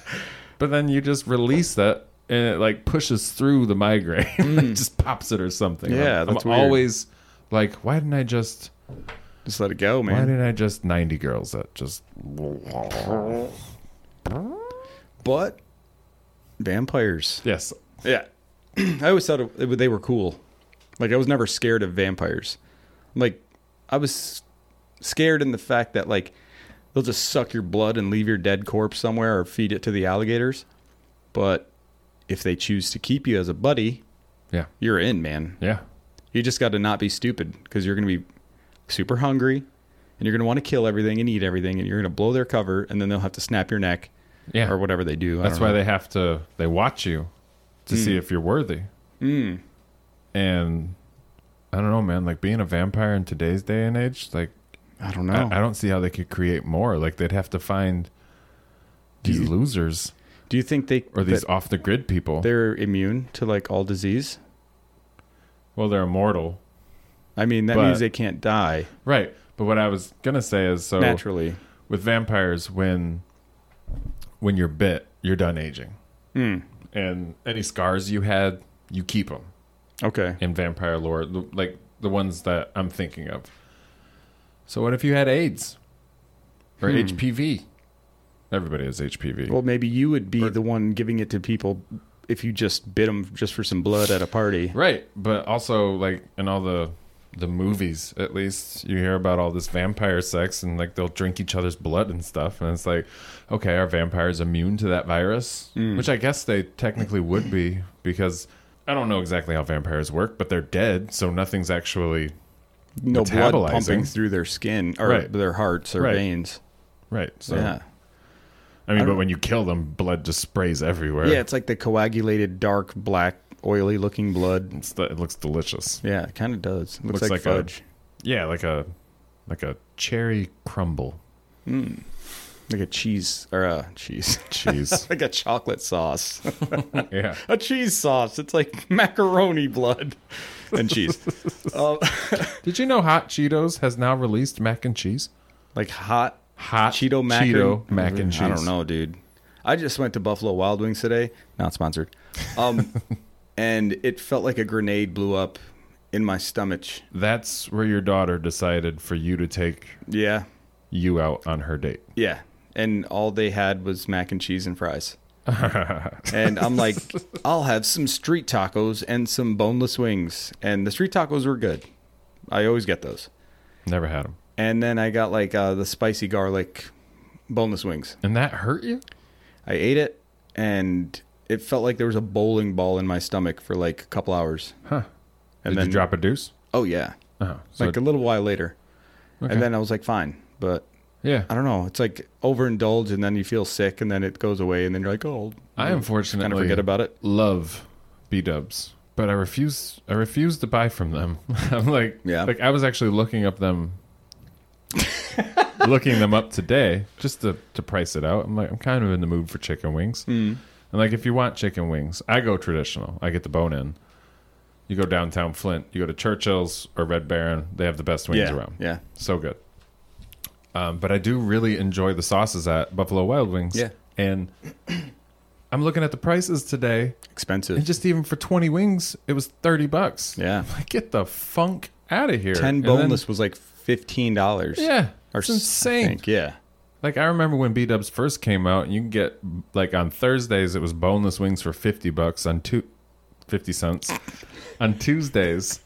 S1: but then you just release that, and it like pushes through the migraine, (laughs) it just pops it or something.
S2: Mm. Yeah,
S1: I'm,
S2: that's
S1: I'm
S2: weird.
S1: always like, why didn't I just?
S2: Just let it go,
S1: Why
S2: man.
S1: didn't I just 90 girls that
S2: (laughs)
S1: just.
S2: But vampires.
S1: Yes.
S2: Yeah. (clears throat) I always thought it, they were cool. Like I was never scared of vampires. Like I was scared in the fact that like they'll just suck your blood and leave your dead corpse somewhere or feed it to the alligators. But if they choose to keep you as a buddy,
S1: Yeah.
S2: you're in, man.
S1: Yeah.
S2: You just got to not be stupid because you're going to be super hungry and you're going to want to kill everything and eat everything and you're going to blow their cover and then they'll have to snap your neck
S1: Yeah.
S2: or whatever they do. I
S1: That's
S2: don't
S1: why
S2: know. Mm.
S1: they have to they watch you to see if you're worthy. And I don't know, man. Like being a vampire in today's day and age, like
S2: I don't know.
S1: I, I don't see how they could create more. Like they'd have to find these losers
S2: do you think they
S1: or these
S2: that
S1: off the grid people.
S2: they're immune to like all disease?
S1: well, they're immortal,
S2: I mean, that
S1: But-
S2: means they can't die
S1: right? But what I was gonna say is, so
S2: naturally.
S1: with vampires, when when you're bit, you're done aging,
S2: Mm.
S1: and any scars you had, you keep them.
S2: Okay.
S1: in vampire lore, th- like the ones that I'm thinking of. So what if you had AIDS or
S2: Hmm.
S1: HPV? Everybody has HPV.
S2: Well, maybe you would be the one giving it to people if you just bit them just for some blood at a party.
S1: right, but also like in all the the movies, at least you hear about all this vampire sex and like they'll drink each other's blood and stuff, and it's like, okay, are vampires immune to that virus?
S2: Mm.
S1: Which I guess they technically would be because I don't know exactly how vampires work, but they're dead, so nothing's actually
S2: No blood
S1: Metabolizing.
S2: pumping through their skin or
S1: Right.
S2: their hearts or
S1: Right.
S2: veins.
S1: right. So
S2: Yeah.
S1: I mean, but when you kill them, blood just sprays everywhere.
S2: Yeah, it's like the coagulated, dark, black, oily looking blood.
S1: It's the, it looks delicious.
S2: Yeah, it kind of does. It looks,
S1: Looks
S2: like,
S1: like a-
S2: fudge.
S1: Yeah, like a like a cherry crumble
S2: like a cheese or a cheese. (laughs)
S1: cheese.
S2: like a chocolate sauce. (laughs)
S1: yeah,
S2: a cheese sauce. It's like (laughs) macaroni blood
S1: (laughs)
S2: and cheese. um,
S1: Did you know Hot Cheetos has now released mac and cheese?
S2: like hot
S1: Hot
S2: Cheeto mac,
S1: Cheeto mac and cheese.
S2: I don't know, dude. I just went to Buffalo Wild Wings today, not sponsored.
S1: (laughs)
S2: Um, and it felt like a grenade blew up in my stomach.
S1: That's where your daughter decided for you to take
S2: Yeah,
S1: you out on her date.
S2: yeah. And all they had was mac and cheese and
S1: (laughs)
S2: fries. and I'm like, I'll have some street tacos and some boneless wings. And the street tacos were good. I always get those.
S1: Never had them,
S2: And then I got like uh, the spicy garlic boneless wings.
S1: and that hurt you.
S2: I ate it and it felt like there was a bowling ball in my stomach for like a couple hours.
S1: Huh?
S2: And
S1: Did
S2: then
S1: you drop a deuce?
S2: Oh yeah.
S1: Oh, so
S2: like a little while later.
S1: Okay.
S2: And then I was like fine, but
S1: yeah.
S2: I don't know. It's like overindulge and then you feel sick and then it goes away and then you're like, "Oh,
S1: I unfortunately
S2: kind of forget about it."
S1: love B Dubs, but I refuse. I refuse to buy from them. (laughs) I'm like,
S2: Yeah.
S1: Like I was actually looking up them, looking them up today just to to price it out. I'm like, I'm kind of in the mood for chicken wings.
S2: Hmm.
S1: Mm. And like, if you want chicken wings, I go traditional. I get the bone in. You go downtown Flint. You go to Churchill's or Red Baron. They have the best wings
S2: Yeah.
S1: around.
S2: Yeah.
S1: So good. Um, but I do really enjoy the sauces at Buffalo Wild Wings.
S2: Yeah.
S1: And I'm looking at the prices today,
S2: Expensive.
S1: and just even for 20 wings, it was 30 bucks.
S2: yeah.
S1: I'm like, get the funk out of here. (laughs)
S2: 10
S1: And then-
S2: boneless was like $15.
S1: (laughs) yeah.
S2: Or
S1: it's
S2: s- I
S1: insane.
S2: think, Yeah.
S1: Like I remember when B Dubs first came out, and you can get like on Thursdays it was boneless wings for fifty bucks on two, fifty cents. on Tuesdays,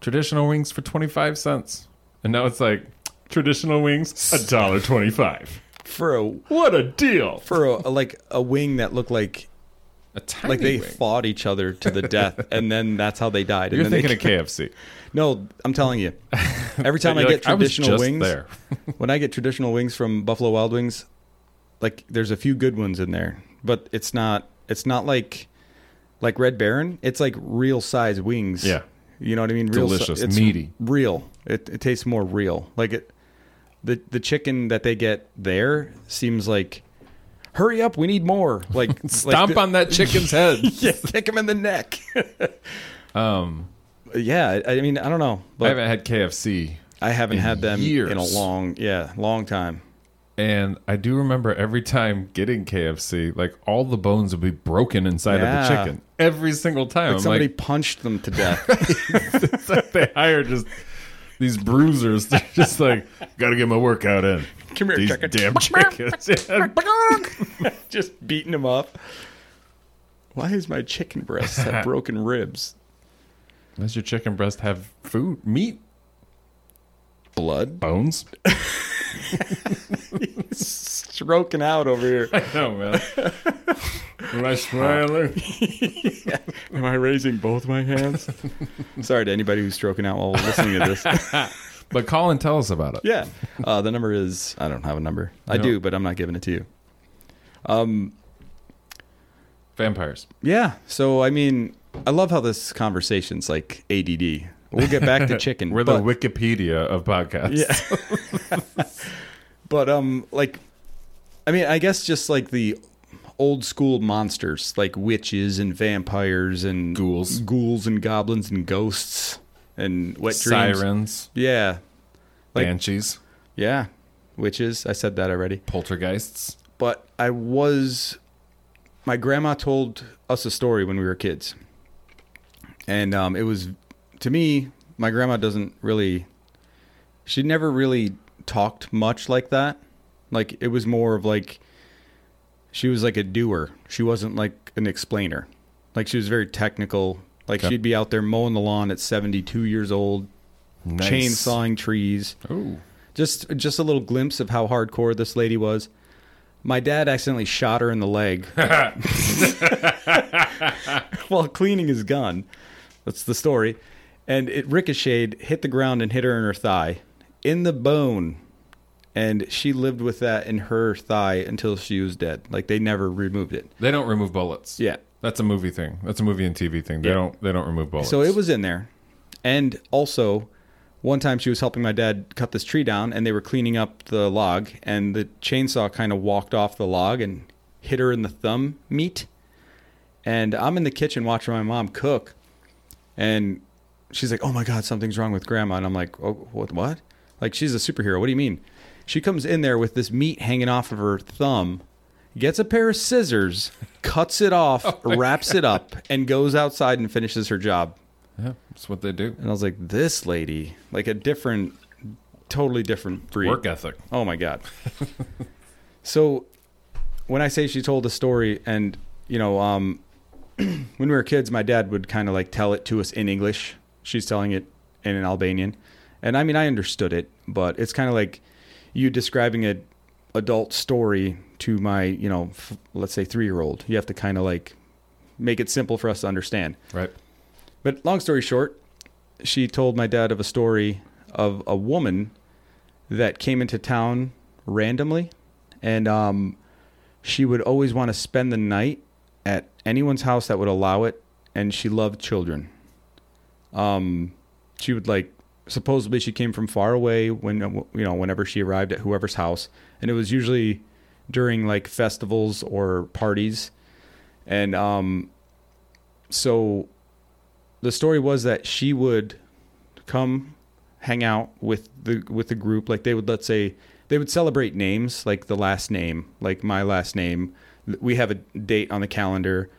S1: traditional wings for twenty five cents, and now it's like traditional wings a dollar twenty five.
S2: For a
S1: What a deal!
S2: for a, like a wing that looked like
S1: A tiny
S2: like they
S1: wing.
S2: fought each other to the death, and then that's how they died. And
S1: You're
S2: then they
S1: thinking of KFC.
S2: No, I'm
S1: (laughs)
S2: telling you. Every time I
S1: You're
S2: get
S1: like, I was
S2: traditional
S1: just
S2: wings,
S1: there.
S2: when I get traditional wings from Buffalo Wild Wings, like there's a few good ones in there, but it's not it's not like like Red Baron. It's like real size wings.
S1: Yeah.
S2: you know what I mean. Real si-
S1: Delicious,
S2: it's
S1: meaty.
S2: Real. It, it tastes more real. Like it, the the chicken that they get there seems like, hurry up, we
S1: (laughs)
S2: need more. Like
S1: Stomp on that chicken's head.
S2: (laughs) yeah, kick him in the neck.
S1: (laughs) Um,
S2: yeah, I I mean I don't know,
S1: I
S2: but
S1: haven't had KFC
S2: I haven't
S1: in
S2: had them in a
S1: years.
S2: long, yeah, long time.
S1: And I do remember every time getting KFC, like all the bones would be broken inside of the
S2: Yeah.
S1: chicken every single time. I'm
S2: Somebody
S1: like,
S2: punched them
S1: (laughs)
S2: to death.
S1: it's like (laughs) they hire just these bruisers. They're (laughs) just like, gotta get my workout in.
S2: Come here,
S1: these
S2: chicken. (laughs)
S1: damn chickens. (laughs) Yeah.
S2: (laughs) Just beating them up. Why is my chicken
S1: (laughs)
S2: breast have broken ribs?
S1: Does your chicken breast have food, meat,
S2: Blood
S1: bones? (laughs)
S2: stroking out over here.
S1: (laughs) I know, man. Am I smiling?
S2: Am I raising both my
S1: (laughs)
S2: hands? Sorry to anybody who's stroking out while listening to this.
S1: But Colin, tell us about it.
S2: yeah. Uh, the number is I don't have a number. I
S1: No.
S2: do, but I'm not giving it to you.
S1: Vampires.
S2: Yeah. So I mean, I love how this conversation's like ADD. We'll get back
S1: (laughs)
S2: to chicken.
S1: We're the
S2: but,
S1: Wikipedia of podcasts.
S2: Yeah. but um, like, I mean, I guess just like the old school monsters, like witches and vampires and
S1: Ghouls.
S2: ghouls and goblins and ghosts and wet dreams.
S1: Sirens,
S2: Yeah. Like-
S1: banshees,
S2: Yeah. Witches. I said that already.
S1: poltergeists.
S2: but I was. My grandma told us a story when we were kids, and um, it was to me. My grandma doesn't really. She never really talked much like that. Like it was more of like. She was like a doer. She wasn't like an explainer. Like she was very technical. Like
S1: Okay.
S2: she'd be out there mowing the lawn at seventy-two years old,
S1: Nice.
S2: chainsawing trees
S1: Ooh.
S2: just just a little glimpse of how hardcore this lady was. My dad accidentally shot her in the leg (laughs) while cleaning his gun. That's the story. And it ricocheted, hit the ground, and hit her in her thigh, in the bone. And she lived with that in her thigh until she was dead. Like they never removed it.
S1: They don't remove bullets.
S2: Yeah.
S1: That's a movie thing. That's a movie and TV thing. They
S2: Yeah.
S1: don't. They don't remove bullets.
S2: So it was in there. And also, one time she was helping my dad cut this tree down, and they were cleaning up the log, and the chainsaw kind of walked off the log and hit her in the thumb meat. And I'm in the kitchen watching my mom cook, and she's like, "Oh my God, something's wrong with Grandma," and I'm like, "Oh, what? What? Like she's a superhero? What do you mean?" She comes in there with this meat hanging off of her thumb, gets a pair of scissors, cuts it off, wraps it up, and goes outside and finishes her job.
S1: Yeah, that's what they do.
S2: And I was like, this lady, like a different, totally different breed.
S1: Work ethic.
S2: Oh my God. (laughs) so when I say she told a story, and, you know, um, (clears throat) when we were kids, my dad would kind of like tell it to us in English. She's telling it in an Albanian. And I mean, I understood it, but it's kind of like you describing a adult story to my, you know, f- let's say three year old. You have to kind of like make it simple for us to understand.
S1: Right.
S2: But long story short, she told my dad of a story of a woman that came into town randomly, and um, she would always want to spend the night at anyone's house that would allow it, and she loved children. Um, she would like supposedly she came from far away when you know whenever she arrived at whoever's house, and it was usually during like festivals or parties, and um, so the story was that she would come hang out with the with the group like they would let's say they would celebrate names like the last name like my last name we have a date on the calendar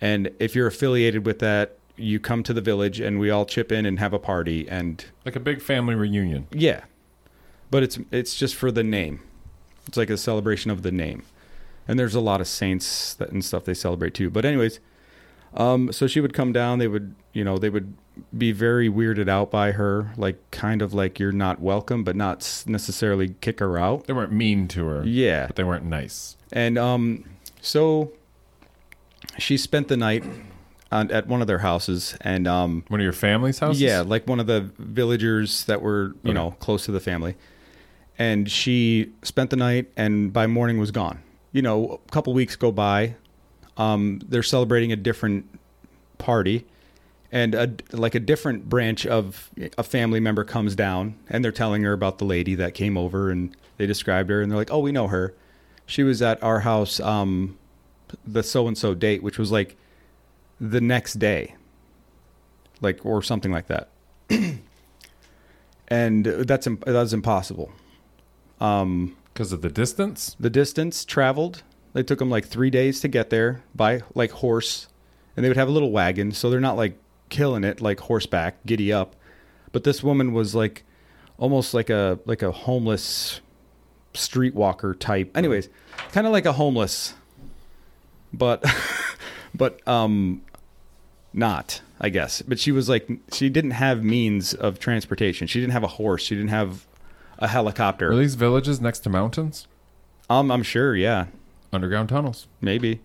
S2: and if you're affiliated with that you come to the village and we all chip in and have a party and
S1: Like a big family reunion.
S2: yeah, but it's it's just for the name. It's like a celebration of the name, and there's a lot of saints that, and stuff they celebrate too. But anyways, um, so she would come down. They would you know they would be very weirded out by her, like kind of like you're not welcome, but not s- necessarily kick her out.
S1: They weren't mean to her.
S2: Yeah,
S1: But they weren't nice.
S2: and um, so she spent the night on, at one of their houses, and um,
S1: One of your family's houses.
S2: yeah, like one of the villagers that were, you
S1: Okay.
S2: know, close to the family. And she spent the night and by morning was gone. You know, a couple weeks go by. Um, they're celebrating a different party and a, like a different branch of a family member comes down and they're telling her about the lady that came over and they described her and they're like, oh, we know her. She was at our house um, the so and so date, which was like the next day like or something like that. (clears throat) and that's im- that's impossible.
S1: Because of the distance.
S2: The distance traveled, they took them like 3 days to get there by like horse and they would have a little wagon, so they're not like killing it like horseback, giddy up. But this woman was like almost like a like a homeless streetwalker type. Anyways, kind of like a homeless but (laughs) but um not i guess but she was like she didn't have means of transportation she didn't have a horse she didn't have a helicopter
S1: Are these villages next to mountains?
S2: um i'm sure yeah
S1: Underground tunnels.
S2: maybe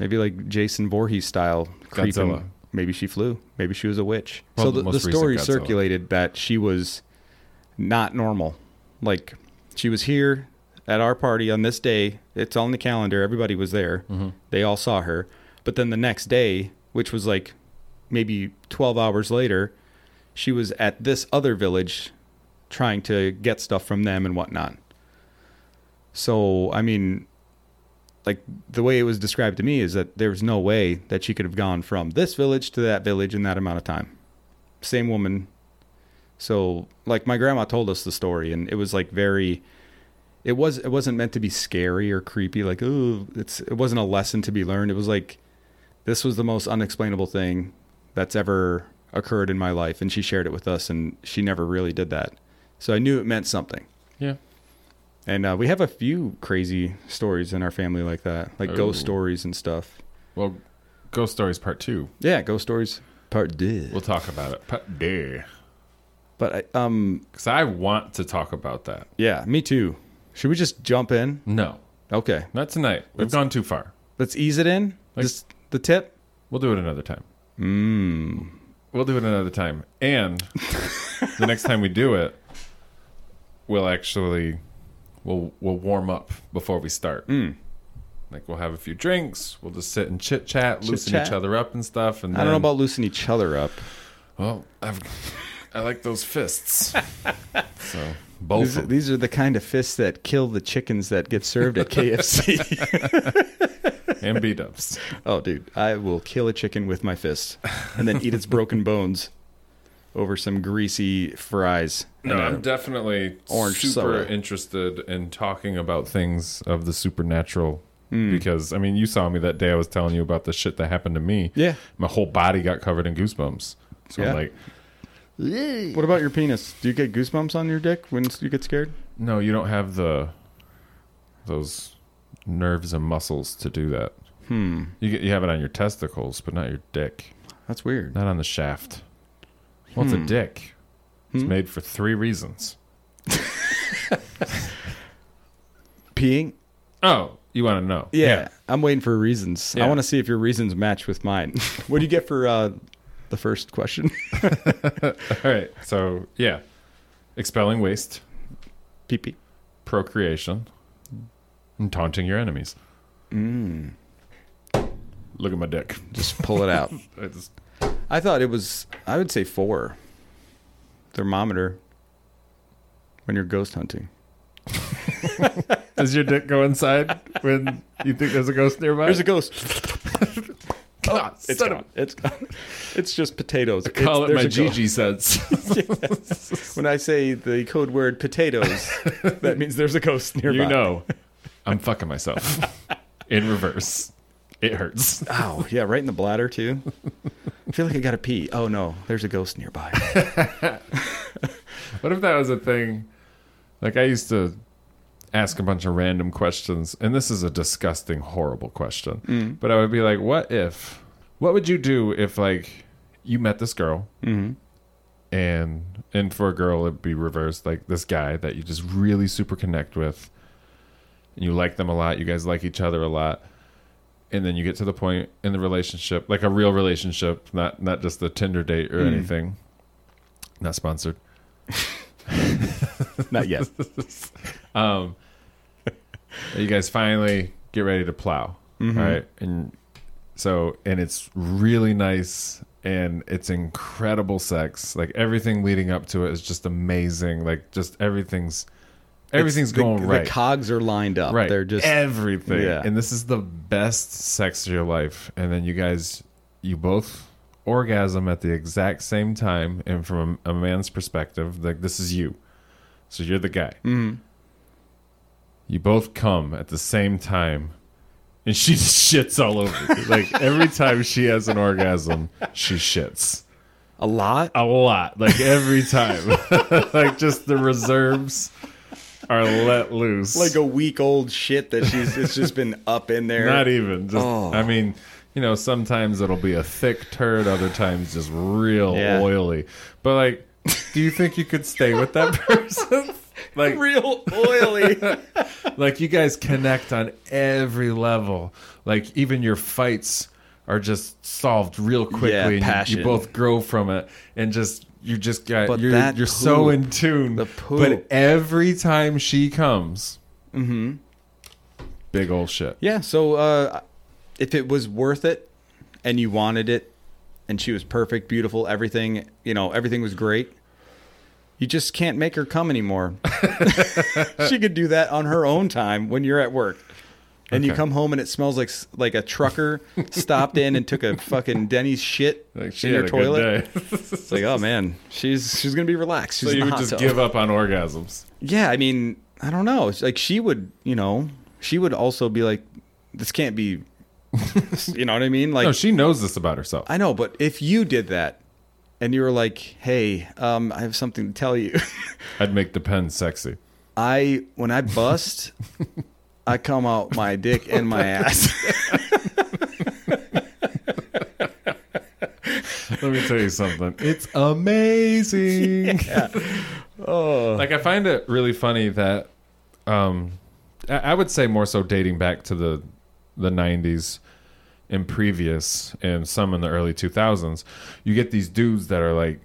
S2: Maybe like Jason Voorhees style creeping.
S1: Godzilla.
S2: Maybe she flew. Maybe she was a witch.
S1: Well,
S2: so
S1: the
S2: the, the,
S1: most recent
S2: story
S1: Godzilla.
S2: circulated that she was not normal. Like she was here at our party on this day. It's on the calendar. Everybody was there.
S1: Mm-hmm.
S2: They all saw her. But then the next day, which was like maybe 12 hours later, she was at this other village trying to get stuff from them and whatnot. So, I mean, like the way it was described to me is that there was no way that she could have gone from this village to that village in that amount of time. Same woman. So, like my grandma told us the story and it was like very it was it wasn't meant to be scary or creepy like ooh, it's it wasn't a lesson to be learned. It was like this was the most unexplainable thing that's ever occurred in my life and she shared it with us and she never really did that. So I knew it meant something.
S1: Yeah.
S2: And uh, we have a few crazy stories in our family like that, like ghost
S1: Oh.
S2: stories and stuff.
S1: Well, Ghost Stories Part Two.
S2: Yeah, ghost stories part two.
S1: We'll talk about it. Part two.
S2: But I, um,
S1: Because I want to talk about that.
S2: yeah, me too. Should we just jump in?
S1: No,
S2: Okay,
S1: not tonight. We've
S2: Let's-
S1: gone too far.
S2: let's ease it in.
S1: Like-
S2: just the tip.
S1: We'll do it another time.
S2: Mm.
S1: We'll do it another time. And the next time we do it, we'll actually we'll we'll warm up before we start.
S2: Mm.
S1: Like we'll have a few drinks. We'll just sit and chit chat, loosen
S2: Chit-chat.
S1: each other up and stuff. And
S2: I don't know
S1: then-
S2: about loosening each other up.
S1: Well, I've, I like those
S2: (laughs)
S1: fists. so both.
S2: These,
S1: of
S2: these are the kind of fists that kill the chickens that get served
S1: (laughs)
S2: at KFC.
S1: them. and beat ups.
S2: oh, dude, I will kill a chicken with my fist and then eat its broken bones over some greasy fries.
S1: No,
S2: and a-
S1: I'm definitely
S2: Orange
S1: super
S2: soda.
S1: interested in talking about things of the supernatural
S2: Hmm.
S1: because I mean, you saw me that day I was telling you about the shit that happened to me.
S2: Yeah.
S1: My whole body got covered in goosebumps. So
S2: Yeah.
S1: I'm like,
S2: What about your penis? Do you get goosebumps on your dick when you get scared?
S1: no, you don't have the those nerves and muscles to do that.
S2: Hmm.
S1: You get, you have it on your testicles, but not your dick.
S2: That's weird.
S1: Not on the shaft. Well, it's a dick. It's
S2: Hmm.
S1: made for three reasons.
S2: Peeing?
S1: Oh, you want to know?
S2: Yeah. I'm waiting for reasons.
S1: Yeah.
S2: I want to see if your reasons match
S1: (laughs)
S2: with mine. what do you get for uh, the first question? (laughs)
S1: All right. So, yeah. Expelling waste,
S2: Pee pee.
S1: procreation, and taunting your enemies. Mm. Look at my dick.
S2: Just pull it out.
S1: I just,
S2: I thought it was, I would say four. Thermometer when you're ghost hunting.
S1: does your dick go inside when you think there's a ghost nearby?
S2: There's
S1: (laughs)
S2: a ghost.
S1: God,
S2: It's
S1: son of
S2: gone. It's gone. It's just potatoes.
S1: a- Call
S2: It's-
S1: it my
S2: there's a ghost.
S1: Gigi (laughs) sense.
S2: When I say the code
S1: (laughs)
S2: word potatoes, that means there's a ghost nearby.
S1: you know, I'm fucking myself in reverse. It hurts.
S2: Ow, yeah, right in the bladder too. I feel like I gotta pee. Oh no, there's a ghost nearby.
S1: (laughs) What if that was a thing? Like I used to ask a bunch of random questions, and this is a disgusting, horrible question. But I would be like, "What if? What would you do if like you met this girl, and and for a girl it'd be reversed, like this guy that you just really super connect with, and you like them a lot, you guys like each other a lot." And then you get to the point in the relationship, like a real relationship, not not just the Tinder date or anything. Not sponsored.
S2: Not yet.
S1: um, you guys finally get ready to plow,
S2: Mm-hmm.
S1: right? And so, and it's really nice, and it's incredible sex. Like everything leading up to it is just amazing. Like just everything's everything's
S2: It's- the-
S1: going right.
S2: The cogs are lined up.
S1: right,
S2: They're just
S1: everything.
S2: Yeah.
S1: And this is the best sex of your life. And then you guys, you both orgasm at the exact same time. And from a, a man's perspective, like this is you. So you're the guy.
S2: Mm-hmm.
S1: You both come at the same time, and she (laughs) just shits all over. you. like every time she has an orgasm, she shits
S2: a lot.
S1: a lot. Like every time, (laughs) like just the reserves are let loose.
S2: Like a week old shit that she's it's just been up in there.
S1: not e- even. Just
S2: Oh.
S1: I mean, you know, sometimes it'll be a thick turd, other times just real
S2: Yeah.
S1: oily. But like, (laughs) do you think you could stay with that person? like (laughs)
S2: real oily.
S1: like you guys connect on every level. Like even your fights are just solved real quickly.
S2: Yeah,
S1: and you-
S2: passion.
S1: You, both grow from it, and just you just got
S2: But
S1: you're
S2: that
S1: you're so
S2: poop.
S1: in tune.
S2: The
S1: But
S2: poop. Mm-hmm.
S1: every time she comes, big old shit.
S2: Yeah. So uh, if it was worth it and you wanted it and she was perfect, beautiful, everything, you know, everything was great, you just can't make her
S1: (laughs)
S2: come anymore. she could do that on her own time when you're at work. And you
S1: Okay.
S2: come home and it smells like s- like a trucker stopped in and took a fucking Denny's shit
S1: Like she
S2: in your
S1: had a
S2: toilet.
S1: Good day.
S2: (laughs) It's like, oh man, she's she's gonna be relaxed. She's
S1: so
S2: in
S1: you
S2: the
S1: would
S2: hot
S1: just
S2: tub.
S1: give up on orgasms.
S2: Yeah, I mean, I don't know. It's like she would, you know, she would also be like, this can't (laughs) be, you know what I mean? Like,
S1: No, she knows this about herself.
S2: I know, but if you did that and you were like, hey, um, I have something to tell you. (laughs)
S1: I'd make the pen sexy.
S2: I, when I (laughs) bust, I come out my dick and (laughs) my ass.
S1: Let me tell you something. It's amazing.
S2: oh,
S1: Like I find it really funny that um I, I would say more so dating back to the the nineties and previous and some in the early two thousands, you get these dudes that are like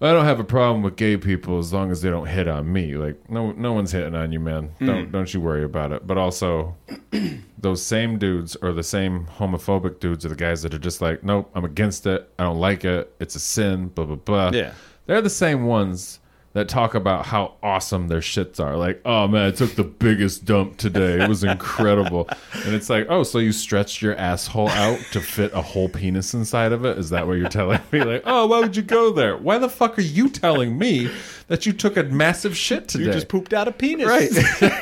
S1: I don't have a problem with gay people as long as they don't hit on me. Like no no one's hitting on you, man. Don't don't you worry about it. But also (clears throat) those same dudes or the same homophobic dudes are the guys that are just like, Nope, I'm against it. I don't like it. It's a sin, blah blah blah.
S2: Yeah.
S1: They're the same ones that talk about how awesome their shits are. Like, oh man, I took the biggest dump today. It was (laughs) incredible. and it's like, oh, so you stretched your asshole out to fit a whole penis inside of it? Is that what you're telling me? Like, oh, why would you go there? Why the fuck are you telling me that you took a massive shit today?
S2: you just pooped out a penis.
S1: right.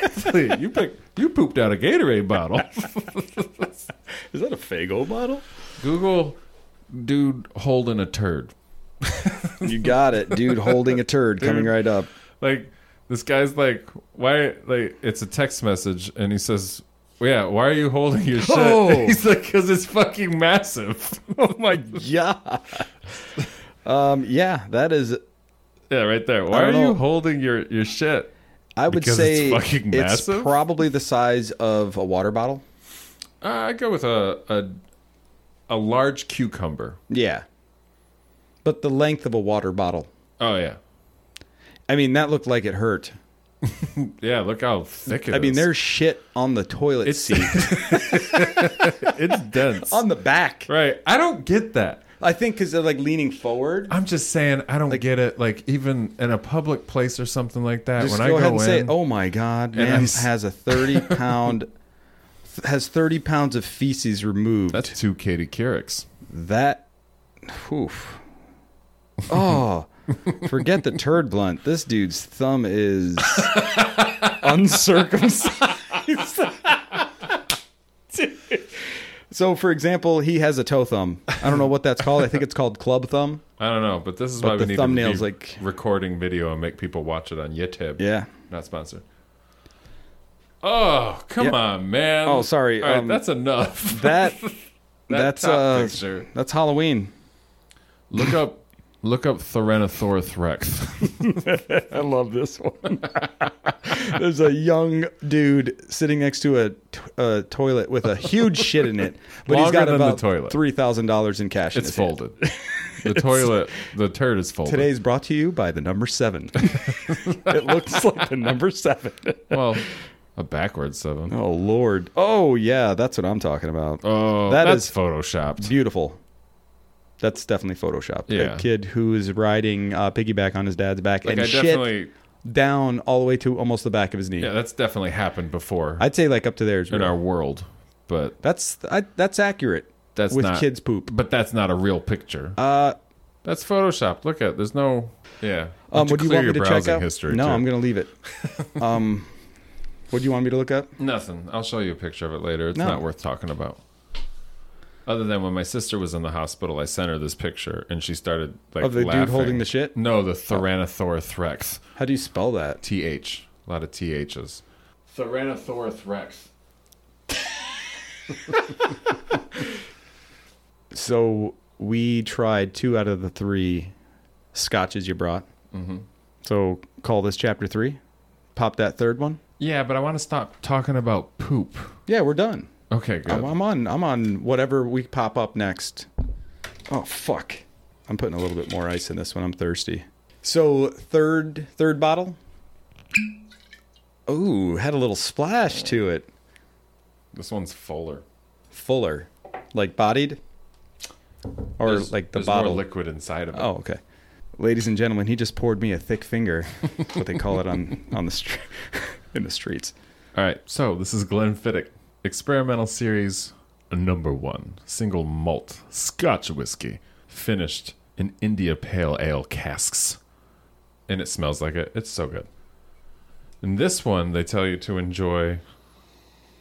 S1: (laughs) Exactly. you pick, you pooped out a Gatorade bottle. (laughs)
S2: Is that a Fago bottle?
S1: Google dude holding a turd.
S2: You got it, dude, holding a turd coming right up.
S1: like this guy's like why like it's a text message and he says well, yeah why are you holding
S2: (laughs)
S1: your shit
S2: Oh.
S1: (laughs) he's like because it's fucking massive (laughs) oh my
S2: Yeah. Um, yeah, that is
S1: yeah right there
S2: I
S1: why are
S2: don't know.
S1: you holding your your shit
S2: I would
S1: Because
S2: say
S1: it's fucking
S2: it's
S1: massive?
S2: probably the size of a water bottle.
S1: uh, i go with a, a a large cucumber
S2: Yeah. But the length of a water bottle.
S1: oh yeah
S2: I mean, that looked like it hurt.
S1: yeah look how thick it is
S2: I mean, there's shit on the toilet
S1: it's (laughs)
S2: seat
S1: it's dense
S2: on the back.
S1: right i don't get that
S2: I think because they're like leaning forward.
S1: i'm just saying i don't get it like even in a public place or something like that
S2: Just
S1: when
S2: go
S1: i go
S2: ahead and
S1: in
S2: say, "Oh my God,
S1: And
S2: man
S1: I s-
S2: has a
S1: (laughs)
S2: thirty pound." Has thirty pounds of feces removed.
S1: that's two katie Couric's.
S2: that, oof. Oh, forget the turd blunt. This dude's thumb is uncircumcised. (laughs) so, for example, he has a toe thumb. I don't know what that's called. I think it's called club thumb.
S1: I don't know, but this is why
S2: the
S1: we need
S2: thumbnail's
S1: to be
S2: like-
S1: recording video and make people watch it on YouTube.
S2: Yeah.
S1: Not sponsored. Oh, come
S2: Yeah.
S1: on, man.
S2: Oh, sorry,
S1: All right,
S2: um,
S1: that's enough.
S2: (laughs) That, that's
S1: top
S2: uh,
S1: picture.
S2: that's Halloween.
S1: Look up look up Theranothorax
S2: (laughs)
S1: rex.
S2: I love this one. (laughs) There's a young dude sitting next to a, t- a toilet with a huge shit in it, but he's
S1: Longer
S2: got
S1: than the
S2: about
S1: toilet.
S2: three thousand dollars in cash. in
S1: It's
S2: his hand. (laughs)
S1: folded. The toilet, the turd is folded.
S2: Today's brought to you by the number seven. (laughs) it looks like the number seven.
S1: well, a backwards seven.
S2: Oh Lord! Oh yeah, that's what I'm talking about.
S1: Oh,
S2: That
S1: that's
S2: is-
S1: photoshopped.
S2: Beautiful. That's definitely photoshopped.
S1: Yeah.
S2: A kid who is riding uh, piggyback on his dad's back
S1: Like
S2: and
S1: I
S2: shit
S1: definitely,
S2: down all the way to almost the back of his knee.
S1: yeah, that's definitely happened before
S2: I'd say like up to there is
S1: in
S2: real.
S1: our world, but
S2: That's I, that's accurate.
S1: That's
S2: with
S1: not-
S2: kids poop.
S1: but that's not a real picture.
S2: Uh,
S1: That's Photoshop. Look at it. there's no yeah. Why
S2: um,
S1: don't
S2: would you
S1: clear
S2: want
S1: your
S2: me to check
S1: browsing
S2: out?
S1: history?
S2: no,
S1: too?
S2: I'm gonna
S1: (laughs)
S2: leave it. um, what do you want me to look up?
S1: nothing. I'll show you a picture of it later. It's
S2: No.
S1: not worth talking about. Other than when my sister was in the hospital, I sent her this picture and she started like
S2: Of the dude
S1: laughing.
S2: holding the shit?
S1: No, the Theranothorax rex.
S2: How do you spell that?
S1: T H. A lot of T H's. Theranothorax rex.
S2: So we tried two out of the three scotches you brought. Mm-hmm. So call this chapter three. Pop that third one.
S1: Yeah, but I want to stop talking about poop.
S2: Yeah, we're done.
S1: Okay, good.
S2: I'm, I'm on. I'm on whatever we pop up next. Oh fuck! I'm putting a little bit more ice in this one. I'm thirsty. So third third bottle. Ooh, had a little splash to it.
S1: This one's fuller.
S2: Fuller, like bodied, or
S1: There's-
S2: like the
S1: there's
S2: bottle.
S1: more liquid inside of it.
S2: Oh, okay. Ladies and gentlemen, he just poured me a
S1: (laughs)
S2: thick finger. That's what they call it on on the str- (laughs) in the streets.
S1: All right, so this is Glenfiddich experimental series number one, single malt Scotch whiskey, finished in India Pale Ale casks, and it smells like it. It's so good. In this one, they tell you to enjoy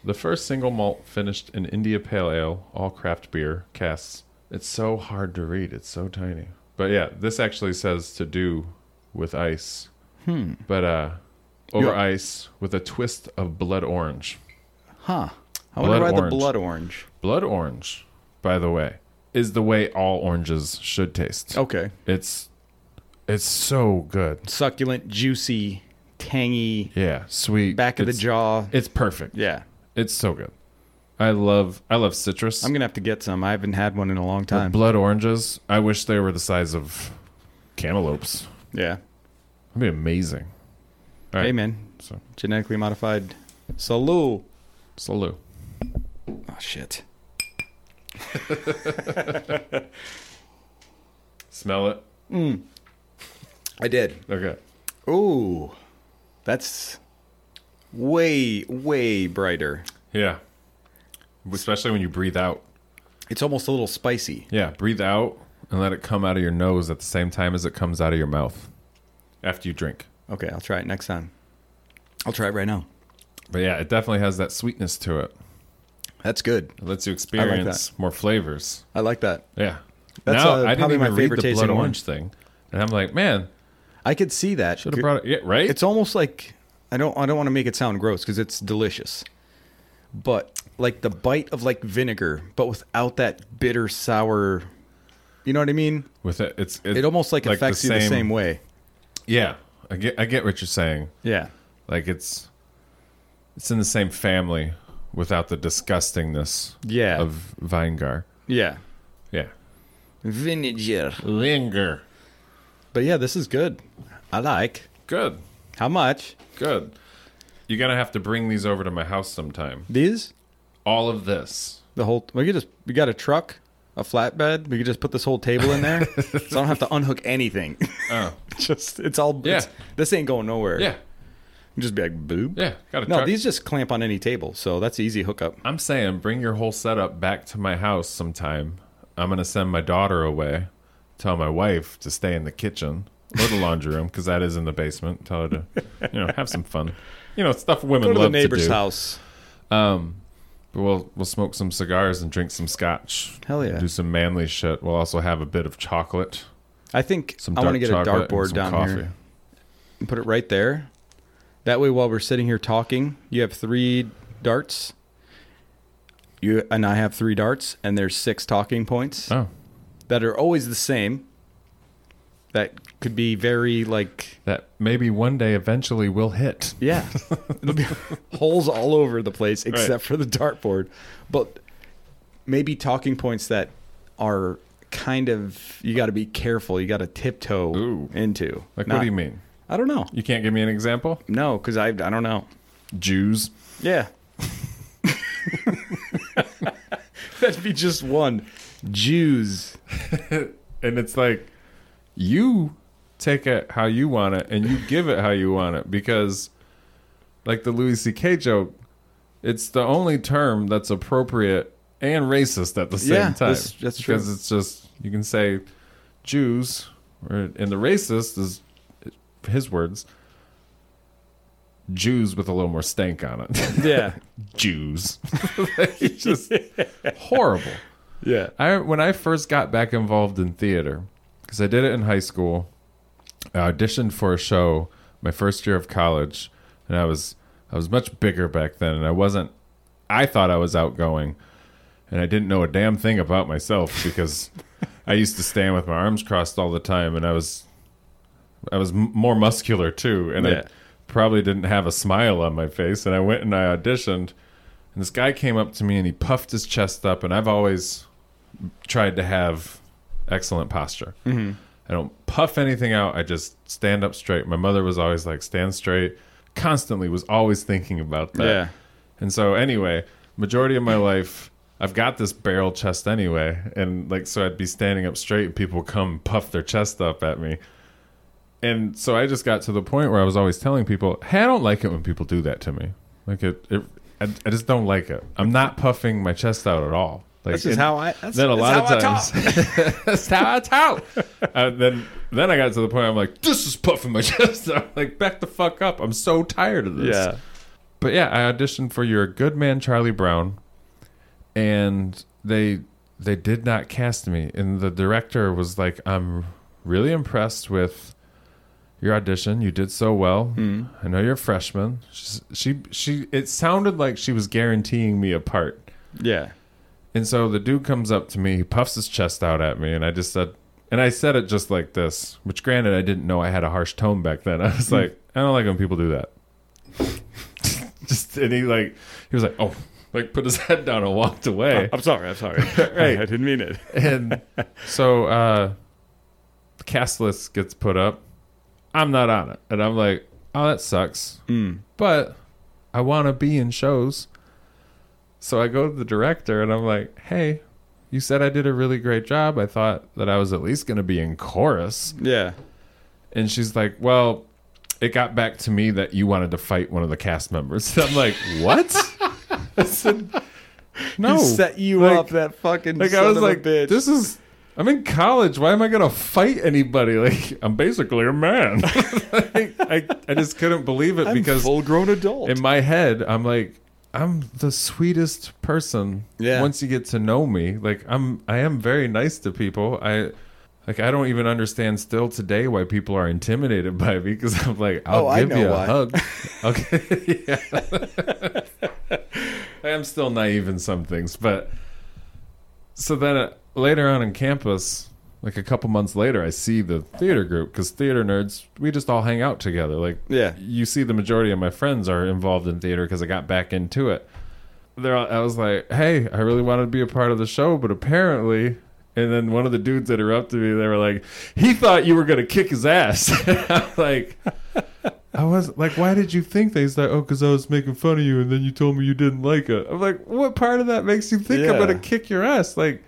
S1: the first single malt finished in India Pale Ale, all craft beer casks. It's so hard to read. It's so tiny. But yeah, this actually says to do with ice. Hmm. But uh, over
S2: Yeah.
S1: ice with a twist of blood orange.
S2: Huh. I want to
S1: Blood
S2: ride the
S1: orange.
S2: blood orange.
S1: Blood orange, by the way, is the way all oranges should taste.
S2: Okay.
S1: It's it's so good.
S2: Succulent, juicy, tangy,
S1: Yeah, sweet.
S2: back of
S1: It's-
S2: the jaw.
S1: It's perfect.
S2: Yeah.
S1: It's so good. I love I love citrus.
S2: I'm going to have to get some. I haven't had one in a long
S1: But
S2: time.
S1: blood oranges. I wish they were the size of cantaloupes.
S2: yeah.
S1: That'd be amazing. All right.
S2: Hey, man.
S1: So
S2: Genetically modified. Salute.
S1: salute.
S2: Oh, shit.
S1: Smell it.
S2: I did.
S1: Okay.
S2: Ooh. That's way, way brighter.
S1: Yeah. Especially when you breathe out.
S2: It's almost a little spicy.
S1: Yeah, breathe out and let it come out of your nose at the same time as it comes out of your mouth after you drink.
S2: Okay, I'll try it next time. I'll try it right now.
S1: But yeah, it definitely has that sweetness to it.
S2: That's good.
S1: It lets you experience more flavors.
S2: I like that.
S1: Yeah.
S2: That's,
S1: now
S2: uh,
S1: I didn't
S2: probably
S1: even
S2: my
S1: read
S2: favorite
S1: the
S2: tasting
S1: blood
S2: one.
S1: orange thing, and I'm like, man,
S2: I could see that.
S1: should have brought it. Yeah, right.
S2: it's almost like I don't I don't want to make it sound gross because it's delicious, but like the bite of like vinegar, but without that bitter sour. You know what I mean?
S1: with it. It's
S2: It, almost like, affects you the same way.
S1: Yeah, I get I get what you're saying.
S2: Yeah,
S1: Like it's it's in the same family without the disgustingness
S2: yeah,
S1: of Vinegar.
S2: yeah.
S1: Yeah,
S2: Vinegar.
S1: linger.
S2: But yeah, this is good. I like.
S1: Good,
S2: How much
S1: good. You're gonna have to bring these over to my house sometime.
S2: these?
S1: All of this.
S2: The whole we could just we got a truck, a flatbed. We could just put this whole table in there, so I don't have to unhook anything.
S1: Oh,
S2: (laughs) just it's all it's-
S1: Yeah.
S2: this ain't going nowhere.
S1: yeah,
S2: just be like boop.
S1: yeah. Got a
S2: No,
S1: truck.
S2: these just clamp on any table, so that's an easy hookup.
S1: I'm saying bring your whole setup back to my house sometime. I'm going to send my daughter away. Tell my wife to stay in the kitchen or the laundry room because that is in the basement. Tell her to, you know, have some fun. You know, stuff women
S2: Go to the
S1: love
S2: neighbor's
S1: to do.
S2: house.
S1: But we'll we'll smoke some cigars and drink some scotch.
S2: Hell yeah.
S1: Do some manly shit. We'll also have a bit of chocolate.
S2: I think
S1: Some
S2: I want to
S1: dark
S2: get a
S1: chocolate and
S2: dartboard
S1: some
S2: down
S1: coffee.
S2: here and put it right there. That way, while we're sitting here talking, you have three darts. You and I have three darts, and there's six talking points
S1: Oh,
S2: that are always the same. That could be very like
S1: that maybe one day eventually will hit.
S2: yeah, (laughs) it'll be holes all over the place except for the dartboard, but maybe talking points that are kind of you got to be careful. You got to tiptoe
S1: Ooh.
S2: into.
S1: Like,
S2: Not-
S1: what do you mean?
S2: I don't know.
S1: You can't give me an example?
S2: No, because I I don't know.
S1: Jews. (laughs)
S2: Yeah. That'd be just one. Jews.
S1: and it's like you take it how you want it and you give it how you want it because like the Louis CK joke it's the only term that's appropriate and racist at the same
S2: Yeah,
S1: time
S2: that's- that's true.
S1: because it's just you can say Jews or, and the racist is his words Jews with a little more stank on it (laughs)
S2: Yeah.
S1: Jews Like, it's just horrible
S2: yeah.
S1: I when I first got back involved in theater because I did it in high school. I auditioned for a show my first year of college, and I was I was much bigger back then, and I wasn't. I thought I was outgoing, and I didn't know a damn thing about myself because I used to stand with my arms crossed all the time, and I was I was m- more muscular too, and
S2: Yeah.
S1: I probably didn't have a smile on my face. And I went and I auditioned, and this guy came up to me and he puffed his chest up. And I've always tried to have excellent posture.
S2: Mm-hmm.
S1: I don't puff anything out. I just stand up straight. My mother was always like, stand straight. Constantly was always thinking about that.
S2: Yeah.
S1: And so anyway, majority of my life, I've got this barrel chest anyway, and like so I'd be standing up straight, and people would come puff their chest up at me. And so I just got to the point where I was always telling people, "Hey, I don't like it when people do that to me. Like it, it I, I just don't like it. I'm not puffing my chest out at all. Like
S2: This is
S1: it-
S2: how I.
S1: (laughs)
S2: That's,
S1: then a lot
S2: that's
S1: of
S2: how I
S1: times, (laughs)
S2: talk. (laughs)
S1: that's how I talk. (laughs) Uh, then, then I got to the point I'm like, this is puffing my (laughs) chest. out. like, back the fuck up. I'm so tired of this.
S2: Yeah.
S1: But yeah, I auditioned for your good man Charlie Brown, and they they did not cast me. And the director was like, "I'm really impressed with your audition. You did so well.
S2: Mm-hmm.
S1: I know you're a freshman." She's, she she it sounded like she was guaranteeing me a part.
S2: Yeah.
S1: And so the dude comes up to me, he puffs his chest out at me, and I just said, and I said it just like this, which granted, I didn't know I had a harsh tone back then. (laughs) I was like, I don't like when people do that. (laughs) just, and he like, he was like, oh, like put his (laughs) head down and walked away.
S2: I'm sorry. I'm
S1: (laughs)
S2: sorry.
S1: Right.
S2: I didn't mean it.
S1: and (laughs) so, uh, the cast list gets put up. I'm not on it. And I'm like, oh, that sucks. But I want to be in shows. So I go to the director and I'm like, hey, you said I did a really great job. I thought that I was at least going to be in chorus.
S2: Yeah.
S1: And she's like, well, it got back to me that you wanted to fight one of the cast members. (laughs) I'm like, what? I said, no.
S2: you
S1: Like-
S2: that fucking
S1: Like I was like, this is. I'm in college. Why am I gonna fight anybody? (laughs) Like I'm basically a man. Like, (laughs) I I just couldn't believe it because
S2: full grown adult.
S1: in my head I'm like I'm the sweetest person.
S2: Yeah.
S1: Once you get to know me, like I'm I am very nice to people. I like I don't even understand still today why people are intimidated (laughs) by me because I'm like I'll
S2: Oh, I
S1: give
S2: know
S1: you a
S2: why. (laughs)
S1: hug. Okay. Yeah. (laughs) I'm still naive in some things, but so then uh, later on in campus like a couple months later i see the theater group because theater nerds we just all hang out together like
S2: Yeah.
S1: you see the majority of my friends are involved in theater because i got back into it there i was like hey i really wanted to be a part of the show but apparently and then one of the dudes interrupted me they were like he thought you were going to kick his ass (laughs) i was like I was like, why did you think that? He's like, oh, because I was making fun of you, and then you told me you didn't like it. I'm like, what part of that makes you think I'm
S2: Yeah.
S1: gonna kick your ass? Like,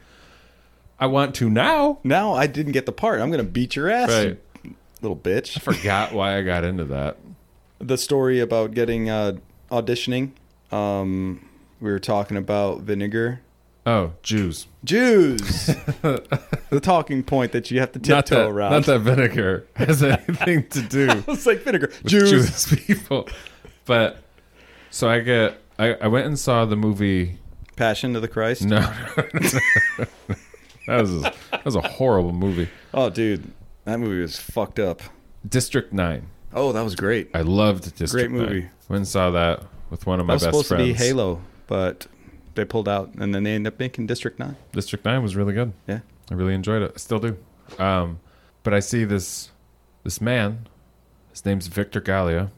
S1: I want to now.
S2: now I didn't get the part. I'm gonna beat your ass,
S1: Right.
S2: you little
S1: (laughs)
S2: bitch.
S1: Forgot why I got into that.
S2: the story about getting uh, auditioning. Um, we were talking about vinegar.
S1: Oh, Jews.
S2: (laughs) Jews, the talking point that you have to
S1: Not
S2: tiptoe
S1: that,
S2: around.
S1: not
S2: (laughs)
S1: that vinegar (laughs) has anything to do.
S2: it's like vinegar.
S1: with
S2: Jews.
S1: Jewish (laughs) people. But so I get I, I went and saw the movie (laughs)
S2: Passion of the Christ.
S1: No. that was a, that was a horrible movie.
S2: Oh, dude, that movie was fucked up.
S1: District Nine.
S2: Oh, that was great.
S1: I loved District
S2: Great
S1: Nine.
S2: movie.
S1: Went and saw that with one of
S2: that
S1: my
S2: was
S1: best
S2: supposed
S1: friends.
S2: to be Halo, but they pulled out, and then they ended up making District Nine.
S1: District Nine was really good.
S2: Yeah.
S1: I really enjoyed it. I still do. Um, but I see this this man. His name's Victor Gallia.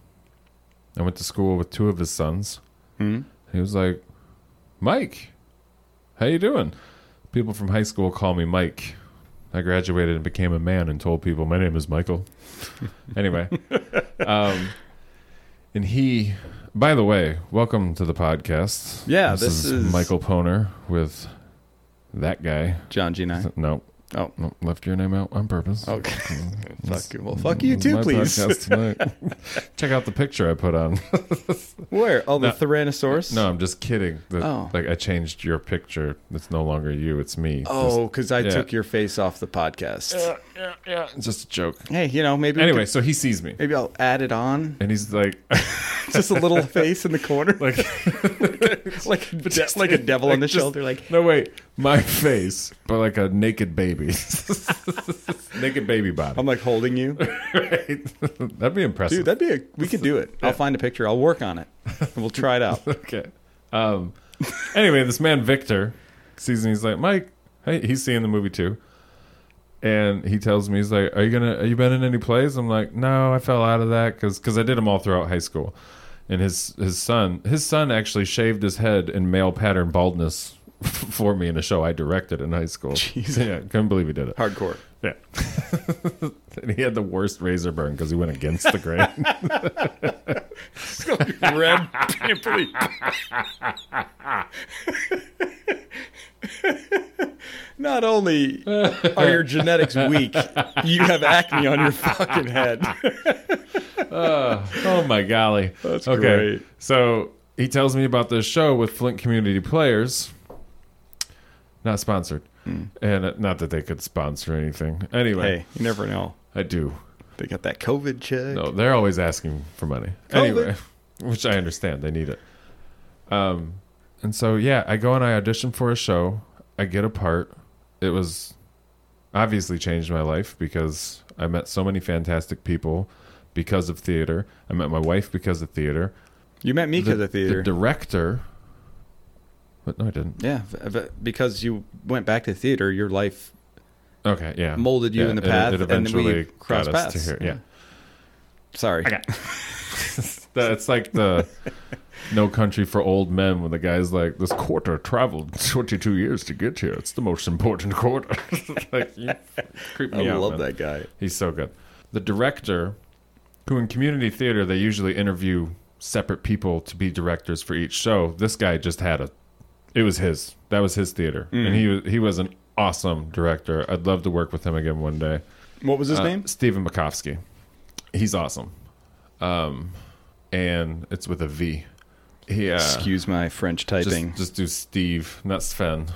S1: I went to school with two of his sons.
S2: Hmm.
S1: He was like, "Mike, how you doing?" People from high school call me Mike. I graduated and became a man and told people my name is Michael. (laughs)
S2: (laughs)
S1: anyway, um, and he. By the way, welcome to the podcast.
S2: Yeah, this is-
S1: Michael Poner with that guy.
S2: John G Nine.
S1: No,
S2: Oh,
S1: no, left your name out on purpose.
S2: (laughs) okay.
S1: (laughs) That's-
S2: fuck you. Well, fuck you
S1: that's
S2: too,
S1: my
S2: please.
S1: podcast tonight. Check out the picture I put on.
S2: (laughs) Where? Oh, the
S1: No.
S2: Tyrannosaurus.
S1: No, I'm just kidding. The-
S2: Oh.
S1: Like I changed your picture. It's no longer you. It's me.
S2: Oh, because I
S1: yeah.
S2: took your face off the podcast.
S1: Just, just a joke.
S2: Hey, you know, maybe we
S1: Anyway,
S2: could-
S1: so he sees me,
S2: maybe I'll add it on. (laughs)
S1: and he's like, (laughs)
S2: Just a little face in the corner,
S1: like, (laughs)
S2: (laughs) like de- like a devil on the
S1: like, just-
S2: shoulder. Like,
S1: no wait, my face, but like a naked baby, (laughs) naked baby body. (laughs)
S2: I'm like holding you,
S1: Right? (laughs) That'd be impressive.
S2: dude. That'd be a. We could do it. I'll find a picture. I'll
S1: (laughs)
S2: work on it. and We'll try it out.
S1: okay. Um, anyway, this man Victor sees me. He's like, Mike. Hey, he's seeing the movie too, and he tells me he's like are you gonna are you been in any plays i'm like no i fell out of that because i did them all throughout high school and his his son his son actually shaved his head in male pattern baldness (laughs) for me in a show i directed in high school
S2: Jeez.
S1: yeah couldn't believe he did it
S2: Hardcore.
S1: yeah (laughs) and he had the worst razor burn because he went against the grain (laughs)
S2: Red pimply. Not only are your genetics weak, you have acne on your fucking head.
S1: oh my golly.
S2: That's great.
S1: So he tells me about this show with Flint Community Players. Not sponsored. And uh, not that they could sponsor anything. Anyway,
S2: Hmm. Hey, you never know.
S1: I do.
S2: They got that COVID check.
S1: No, they're always asking for money.
S2: Covid.
S1: Anyway, (laughs) which I understand. They need it. Um, and so, yeah, I go and I audition for a show. I get a part. It was obviously changed my life because I met so many fantastic people because of theater. I met my wife because of theater.
S2: You met me because
S1: the,
S2: of theater.
S1: the director. But no, I didn't.
S2: yeah, v- v- because you went back to theater, your life
S1: Okay, yeah.
S2: molded you
S1: Yeah,
S2: in the
S1: it-
S2: path,
S1: It,
S2: and
S1: eventually
S2: we crossed
S1: got us
S2: paths.
S1: to here. Yeah,
S2: Sorry.
S1: That- it's like the (laughs) No Country for Old Men when the guy's like, "This quarter traveled twenty-two years to get here. It's the most important quarter." (laughs) like, you creep
S2: I
S1: me out.
S2: love
S1: man.
S2: that guy.
S1: He's so good. The director, who in community theater they usually interview separate people to be directors for each show. This guy just had a. It was his. That was his theater, and he was he was an awesome director. I'd love to work with him again one day.
S2: What was his
S1: Uh,
S2: name?
S1: Stephen Makovsky. He's awesome. Um, and it's with a V. He uh,
S2: Excuse my French typing.
S1: just, just do Steve, not Sven.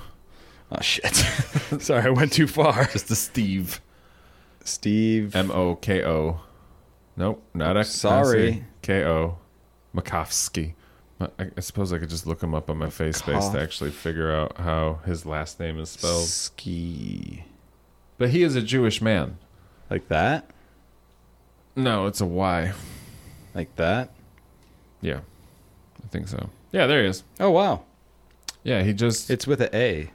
S2: oh shit. (laughs) Sorry, I went too far.
S1: Just the Steve.
S2: Steve.
S1: M O K O. Nope, not X.
S2: Sorry.
S1: K O. Makovsky. I I suppose I could just look him up on my FaceSpace
S2: Makov-
S1: to actually figure out how his last name is spelled.
S2: Ski.
S1: But he is a Jewish man.
S2: Like that?
S1: No, it's a Y.
S2: Like that?
S1: Yeah, I think so. Yeah, there he is.
S2: Oh wow.
S1: Yeah, he just
S2: It's with a A.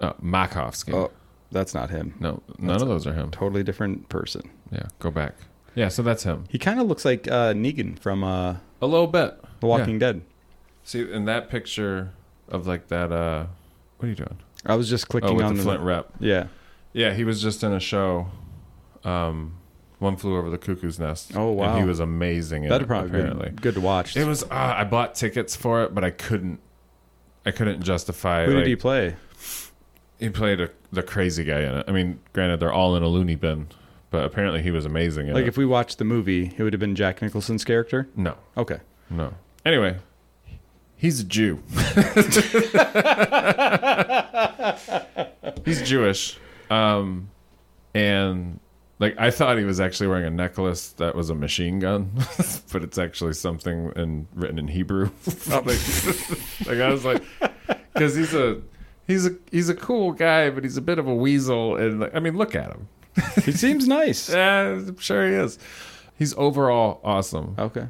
S1: uh, Makovsky.
S2: Oh, that's not him.
S1: No, none of those are him.
S2: Totally different person.
S1: Yeah, go back. Yeah, so that's him.
S2: He kind of looks like uh, Negan from uh,
S1: A little bit.
S2: The Walking Dead.
S1: See, in that picture of like that, uh, what are you doing?
S2: I was just clicking
S1: Oh, with
S2: on
S1: the Flint rep.
S2: Yeah.
S1: Yeah, he was just in a show. Um, one flew over the cuckoo's nest.
S2: Oh, wow.
S1: And he was amazing. In
S2: That'd
S1: it,
S2: probably
S1: apparently.
S2: be good to watch.
S1: It was. Uh, I bought tickets for it, but I couldn't. I couldn't justify.
S2: Who did
S1: like-
S2: he play?
S1: he played a, the crazy guy in it. I mean, granted, they're all in a loony bin, but apparently he was amazing. In
S2: Like
S1: it.
S2: if we watched the movie, it would have been Jack Nicholson's character.
S1: no,
S2: Okay.
S1: No. Anyway, he's a Jew. (laughs) he's Jewish. Um, and like I thought he was actually wearing a necklace that was a machine gun, (laughs) but it's actually something in, written in Hebrew. (laughs) like, like, I was like, because he's a he's a he's a cool guy, but he's a bit of a weasel. And like, I mean, look at him.
S2: He seems (laughs) nice.
S1: Yeah, I'm sure he is. He's overall awesome.
S2: (laughs) Okay.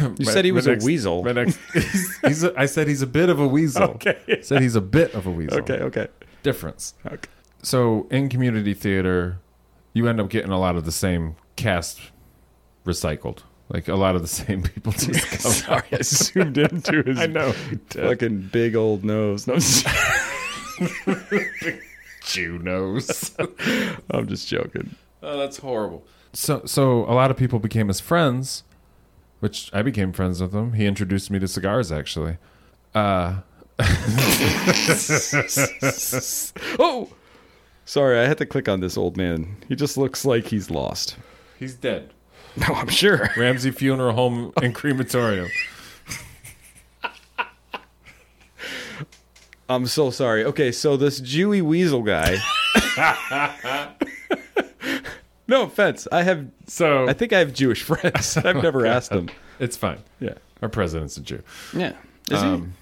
S2: You
S1: My-
S2: said he
S1: my
S2: was a
S1: next-
S2: weasel.
S1: my next- (laughs) he's, he's a, I said he's a bit of a weasel.
S2: Okay.
S1: Said he's a bit of a weasel.
S2: (laughs) Okay, okay.
S1: Difference.
S2: Okay.
S1: So in community theater, you end up getting a lot of the same cast recycled. Like a lot of the same (laughs) people just come.
S2: Sorry, I (laughs) zoomed (laughs) into his
S1: I know.
S2: fucking big old nose. No, (laughs) I'm just-
S1: Jew knows.
S2: I'm just joking.
S1: (laughs) oh, that's horrible. So so a lot of people became his friends, which I became friends with him. He introduced me to cigars actually. Uh (laughs)
S2: Oh, sorry. I had to click on this old man. He just looks like
S1: (laughs)
S2: he's lost.
S1: he's dead.
S2: No, I'm sure.
S1: Ramsey Funeral (laughs) Home and Crematorium.
S2: (laughs) I'm so sorry. Okay, so this Jewy weasel
S1: (laughs)
S2: guy. no offense. I have.
S1: So
S2: I think I have Jewish
S1: (laughs)
S2: friends. I've never asked them.
S1: it's fine.
S2: Yeah.
S1: Our president's a Jew.
S2: Yeah. Is
S1: Um,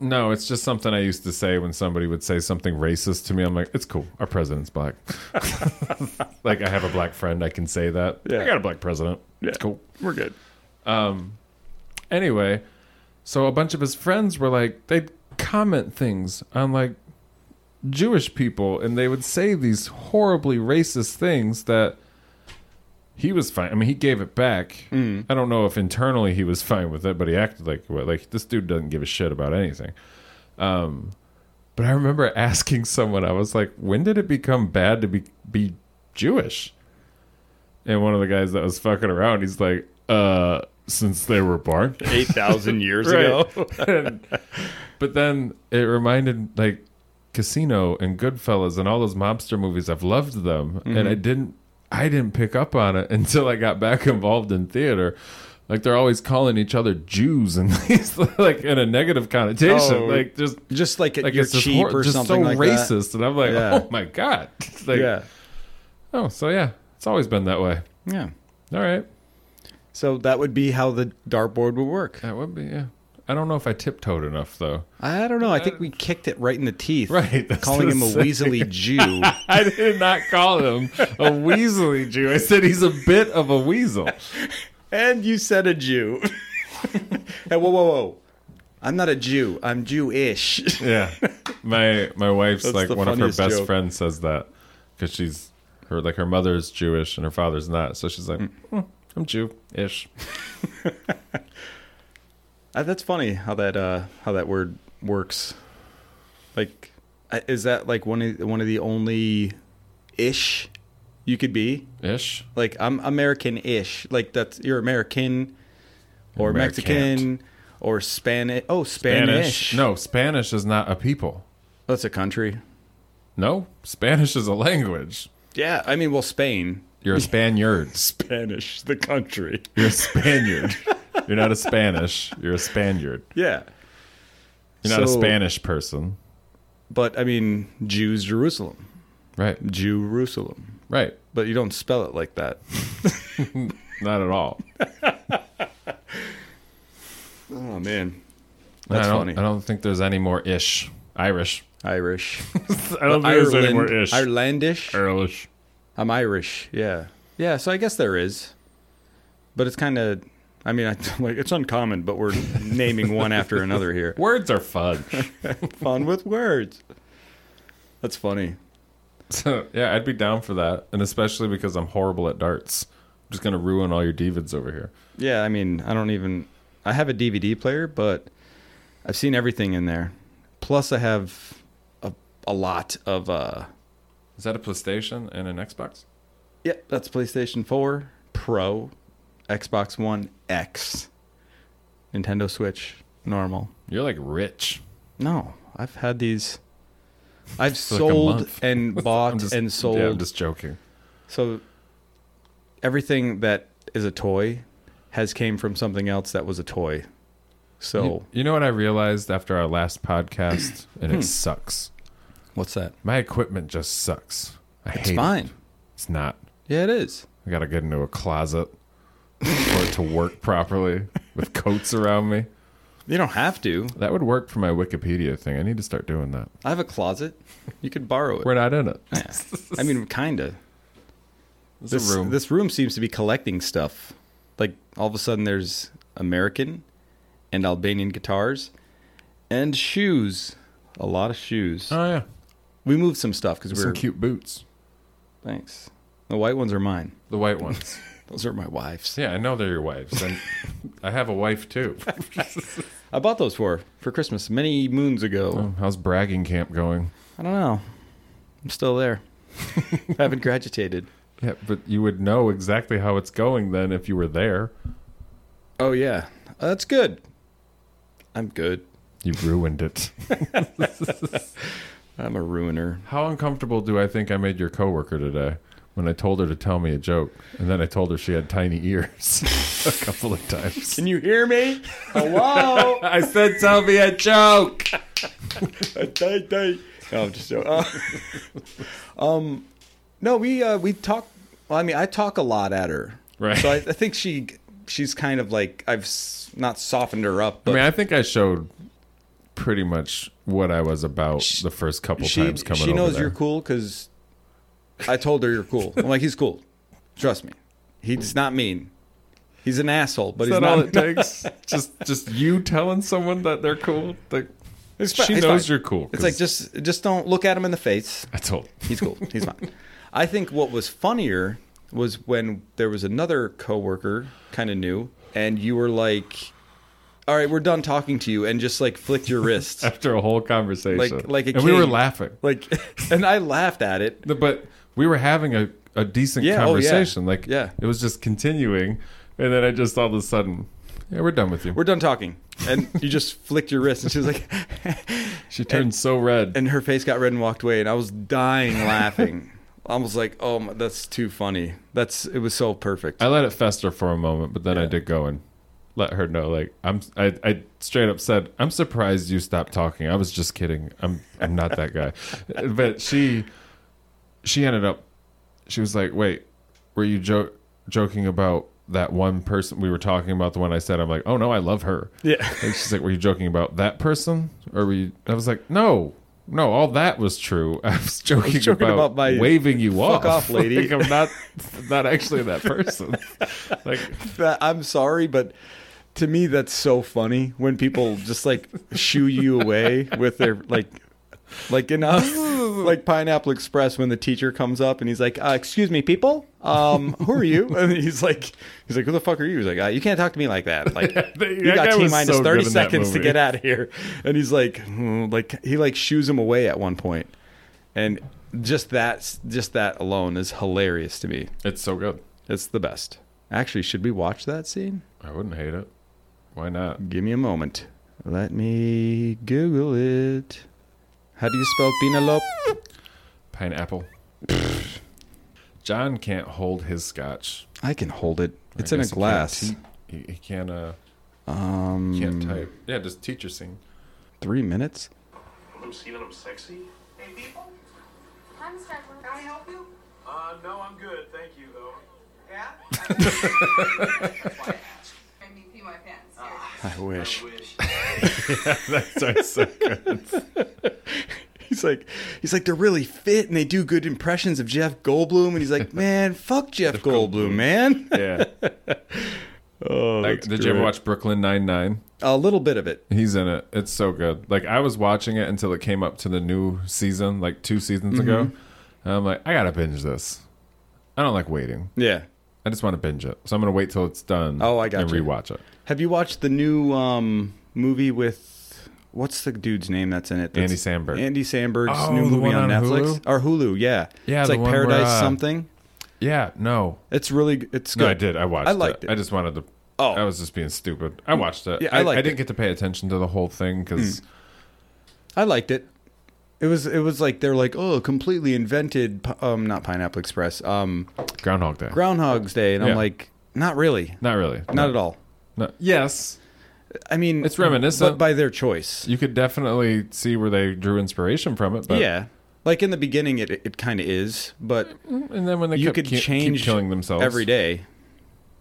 S1: No, it's just something I used to say when somebody would say something racist to me. I'm like, it's cool. Our president's black. (laughs) like I have a black friend. I can say that.
S2: Yeah.
S1: I got a black president.
S2: he?
S1: It's cool.
S2: We're good.
S1: Anyway, so a bunch of his friends were like, they'd comment things on like Jewish people, and they would say these horribly racist things that he was fine. I mean, he gave it back. I don't know if internally he was fine with it, but he acted like what? Like this dude doesn't give a shit about anything. Um, but I remember (laughs) asking someone, I was like, "When did it become bad to be be Jewish?" And one of the guys that was fucking around, he's like, "Uh, since they were born."
S3: Eight thousand years ago.
S2: (laughs)
S1: Right. (laughs) And- but then it reminded like Casino and Goodfellas and all those mobster movies. I've loved them,
S2: Mm-hmm.
S1: and I didn't. I didn't pick up on it (laughs) until I got back involved in theater. Like they're always calling each other Jews and (laughs) these, like in a negative connotation.
S2: Oh,
S1: like just
S2: Just like,
S1: like
S2: you're
S1: it's just,
S2: cheap
S1: hor-
S2: or
S1: just
S2: something
S1: so
S2: like that.
S1: racist. And I'm like,
S2: Yeah.
S1: oh my god. (laughs) like,
S2: Yeah,
S1: oh, so yeah, it's always been that way.
S2: yeah.
S1: All right,
S2: So that would be how the dartboard would work.
S1: that would be yeah. I don't know if I tiptoed enough though.
S2: I don't know. I think we kicked it right in the teeth.
S1: Right, (laughs) that's
S2: calling
S1: the
S2: him a
S1: same. (laughs)
S2: weaselly Jew.
S1: I did not call him a weaselly Jew. I said he's a bit of a weasel.
S2: And you said a Jew. (laughs) hey, whoa, whoa, whoa. I'm not a Jew. I'm Jewish. (laughs)
S1: Yeah, my my wife's
S2: That's
S1: like
S2: the
S1: one of her
S2: funniest
S1: best
S2: joke.
S1: friends says that because she's her like her mother's Jewish and her father's not, so she's like, "Hmm, I'm Jew-ish.
S2: Uh, that's funny how that uh, how that word works. Like, I- is that like one of one of the only ish you could be?
S1: Ish.
S2: Like, I'm American-ish. Like that's you're American or
S1: Americant.
S2: Mexican or Spanish. Oh, Spanish.
S1: No, Spanish is not a people.
S2: that's a country.
S1: No, Spanish is a language.
S2: Yeah, I mean, well, Spain.
S1: (laughs) You're a Spaniard.
S2: Spanish, the country.
S1: You're a Spaniard. You're not a Spanish. You're a Spaniard.
S2: (laughs) Yeah.
S1: You're not
S2: So-
S1: a Spanish person.
S2: But I mean, Jews, Jerusalem,
S1: Right.
S2: Jerusalem.
S1: Right.
S2: But you don't spell it like that.
S1: Not at all.
S2: Oh man,
S1: I
S2: that's
S1: don't,
S2: funny.
S1: I don't think there's any more ish. Irish.
S2: Irish,
S1: I don't
S2: Ireland, Irelandish.
S1: Irish.
S2: I'm Irish. Yeah, yeah. So I guess there is, but it's kind of. I (laughs) mean, I, like it's uncommon, but we're naming one after another here.
S1: Words are (laughs) fun.
S2: (laughs) Fun with words. That's funny.
S1: So, yeah, I'd be down for that, and especially because I'm horrible at darts. I'm just gonna ruin all your divots over here.
S2: Yeah, I mean, I don't even. I have a DVD player, but I've seen everything in there. Plus, I have a, a lot of. uh
S1: Is that a PlayStation and an Xbox?
S2: Yep, that's PlayStation 4 Pro, Xbox One X, Nintendo Switch normal.
S1: You're like rich.
S2: No, I've
S1: (laughs)
S2: had these. I've
S1: like a
S2: sold
S1: month. (laughs)
S2: and
S1: I'm
S2: bought
S1: just-
S2: and sold.
S1: Yeah, I'm just joking.
S2: So everything that is a toy has came from something else that was a toy. So
S1: You, you know what I realized after our last podcast, and
S2: (clears throat)
S1: it sucks.
S2: what's that?
S1: My equipment just sucks. I
S2: It's
S1: hate
S2: fine.
S1: It. It's not.
S2: Yeah, it is.
S1: I gotta get into a closet for it to work properly with coats around me.
S2: You don't have to.
S1: That would work for my Wikipedia thing. I need to start doing that.
S2: I have
S1: (laughs)
S2: a closet. You could borrow it.
S1: We're not in it.
S2: I mean, kinda.
S1: It's
S2: this
S1: a room.
S2: this room seems to be collecting stuff. Like all of a sudden, there's American and Albanian guitars and shoes. A lot of shoes.
S1: oh yeah,
S2: we moved some stuff because we
S1: some
S2: were.
S1: cute boots.
S2: Thanks. The white ones are mine.
S1: The white ones.
S2: Those are my wife's.
S1: Yeah, I know they're your wives. And I have a wife too.
S2: I bought those for her for Christmas many moons ago.
S1: Oh, how's bragging camp going?
S2: I don't know. I'm still there. (laughs) haven't graduated.
S1: Yeah, but you would know exactly how it's going then if you were there.
S2: Oh yeah, that's good. I'm good.
S1: You ruined it.
S2: I'm a ruiner.
S1: how uncomfortable do I think I made your coworker today when I told her to tell me a joke and then I told her she had tiny ears (laughs) a couple of times?
S2: Can you hear (laughs) me? Hello.
S1: I said, tell me a joke.
S2: day, day. No, I'm just joking. Uh, (laughs) um, no, we uh, we talk. Well, I mean, I talk a lot at her,
S1: Right.
S2: So I, I think she she's kind of like I've s- not softened her up,
S1: I
S2: but
S1: mean, I think I showed pretty much what I was about the first couple
S2: she
S1: times coming
S2: she
S1: over
S2: knows
S1: there.
S2: you're cool because I told her you're cool. I'm like, he's cool. Trust me, he's not mean. He's an asshole, but
S1: Is
S2: (laughs) he's
S1: that
S2: not.
S1: all it takes? just just you telling someone that they're cool? Like,
S2: It's fi-
S1: she
S2: it's
S1: knows
S2: fine.
S1: you're cool.
S2: It's like
S1: 'cause
S2: just just don't look at him in the face.
S1: I told. (laughs)
S2: He's cool. He's fine. I think what was funnier was when there was another coworker, kind of new, and you were like, "All right, we're done talking to you," and just like flicked
S1: (laughs)
S2: your wrist,
S1: After a whole conversation,
S2: Like- like a
S1: and we were
S2: kid.
S1: laughing.
S2: like, and I laughed at it.
S1: No, But we were having a, a decent
S2: Yeah, oh, yeah.
S1: conversation. Like
S2: Yeah.
S1: it was just continuing, and then I just all of a sudden, yeah, we're done with you.
S2: We're done talking, and you just flicked your wrist, and she was like, (laughs)
S1: she turned so red.
S2: and her face got red and walked away, and I was dying laughing. I was like, "Oh, my, that's too funny. That's it was so perfect."
S1: I let it fester for a moment, but then I did go and let her know. Like I'm, I, I straight up said, "I'm surprised you stopped talking." I was just kidding. I'm, I'm not that guy. (laughs) but she, she ended up. She was like, "Wait, were you jo- joking about that one person we were talking about? The one I said?" I'm like, "Oh no, I love her."
S2: yeah.
S1: And she's like, "Were you joking about that person?" Or were you? I was like, "No." No, all that was true. (laughs) I was joking,
S2: joking
S1: about,
S2: about my-
S1: waving you
S2: Fuck off, lady.
S1: Like, I'm not, not actually
S2: (laughs)
S1: that person. like,
S2: that I'm sorry, but to me that's so funny when people just like shoo you away with their like like in uh, like Pineapple Express when the teacher comes up and he's like, uh, "Excuse me, people, um, who are you?" And he's like, "He's like, who the fuck are you?" He's like, uh, "You can't talk to me like that. Like, you
S1: (laughs) that guy
S2: got T
S1: was
S2: minus
S1: so
S2: thirty
S1: good in that
S2: seconds to
S1: movie.
S2: get out of here." And he's like, hmm, like he like shoos him away at one point, and just that just that alone is hilarious to me.
S1: it's so good.
S2: It's the best. Actually, should we watch that scene?
S1: I wouldn't hate it. Why not?
S2: Give me a moment. Let me Google it. How do you spell Penelope? (laughs)
S1: Pineapple. John can't hold his scotch.
S2: I can hold it. It's
S1: I
S2: in a
S1: guess he can't
S2: glass.
S1: te- He, he can't. Uh,
S2: Um,
S1: can't type. Yeah, just teacher
S2: (laughs)
S1: scene.
S2: three minutes.
S4: Let them see that I'm sexy.
S5: Hey, people,
S6: I'm struggling.
S5: can I help you?
S4: Uh, no, I'm good. Thank you, though.
S5: Yeah?
S6: I need to pee my pants.
S2: I wish.
S4: I wish.
S1: (laughs) That's so good.
S2: (laughs) He's like, he's like, they're really fit and they do good impressions of Jeff Goldblum. And he's (laughs) like, man, fuck Jeff Goldblum, man.
S1: Yeah.
S2: (laughs) Oh,
S1: Like, did you ever watch Brooklyn Nine Nine?
S2: a little bit of it?
S1: He's in it. It's so good. Like I was watching it until it came up to the new season, like two seasons ago.
S2: Mm-hmm.
S1: And I'm like, I gotta binge this. I don't like waiting.
S2: Yeah.
S1: I just want to binge it, so I'm gonna wait till it's done.
S2: Oh, I
S1: And
S2: gotcha.
S1: rewatch it.
S2: Have you watched the new um, movie with what's the dude's name that's in it? That's-
S1: Andy Samberg.
S2: Andy Samberg's
S1: Oh,
S2: new
S1: the
S2: movie
S1: one
S2: on,
S1: on
S2: Netflix
S1: Hulu?
S2: or Hulu. Yeah,
S1: Yeah,
S2: It's
S1: the
S2: like
S1: one where,
S2: Paradise
S1: uh,
S2: something.
S1: Yeah. No.
S2: It's really g- it's good.
S1: No, I did. I watched.
S2: I liked it.
S1: I just wanted to.
S2: Oh. Mm.
S1: I was just being stupid. I watched it.
S2: Yeah, I liked Mm.
S1: I didn't get to pay attention to the whole thing because
S2: I liked it. It was it was like they're like oh completely invented pi- um not Pineapple Express um
S1: Groundhog Day.
S2: Groundhog's Day and
S1: Yeah.
S2: I'm like not really
S1: Not really.
S2: not at all.
S1: No. Yes,
S2: I mean
S1: It's reminiscent.
S2: but by their choice.
S1: you could definitely see where they drew inspiration from it. But
S2: yeah, like in the beginning it it kind of is, but
S1: and then when they
S2: you
S1: kept
S2: could
S1: ki- keep
S2: change
S1: killing themselves
S2: every day.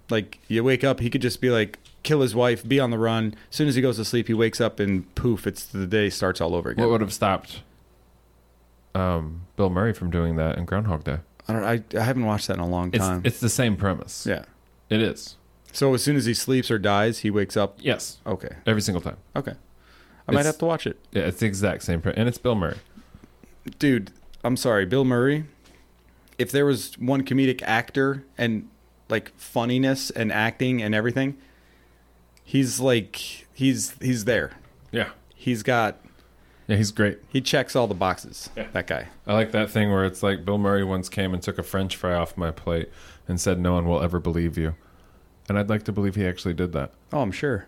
S2: Like you wake up, he could just be like kill his wife, be on the run. As soon as he goes to sleep, he wakes up and poof, it's the day starts all over again.
S1: What would have stopped um, Bill Murray from doing that in Groundhog Day?
S2: I, don't, I, I haven't watched that in a long
S1: It's,
S2: time.
S1: it's the same premise.
S2: yeah.
S1: It is.
S2: So as soon as he sleeps or dies, he wakes up.
S1: Yes.
S2: Okay.
S1: Every single time.
S2: Okay. I might
S1: It's-
S2: have to watch it.
S1: Yeah, it's the exact same. Pre- and it's Bill Murray.
S2: Dude, I'm sorry. Bill Murray, if there was one comedic actor and like funniness and acting and everything, he's like, he's, he's there.
S1: Yeah.
S2: He's got,
S1: Yeah, he's great.
S2: he checks all the boxes. That guy.
S1: I like that thing where it's like Bill Murray once came and took a french fry off my plate and said, No one will ever believe you. And I'd like to believe he actually did that.
S2: Oh, I'm sure.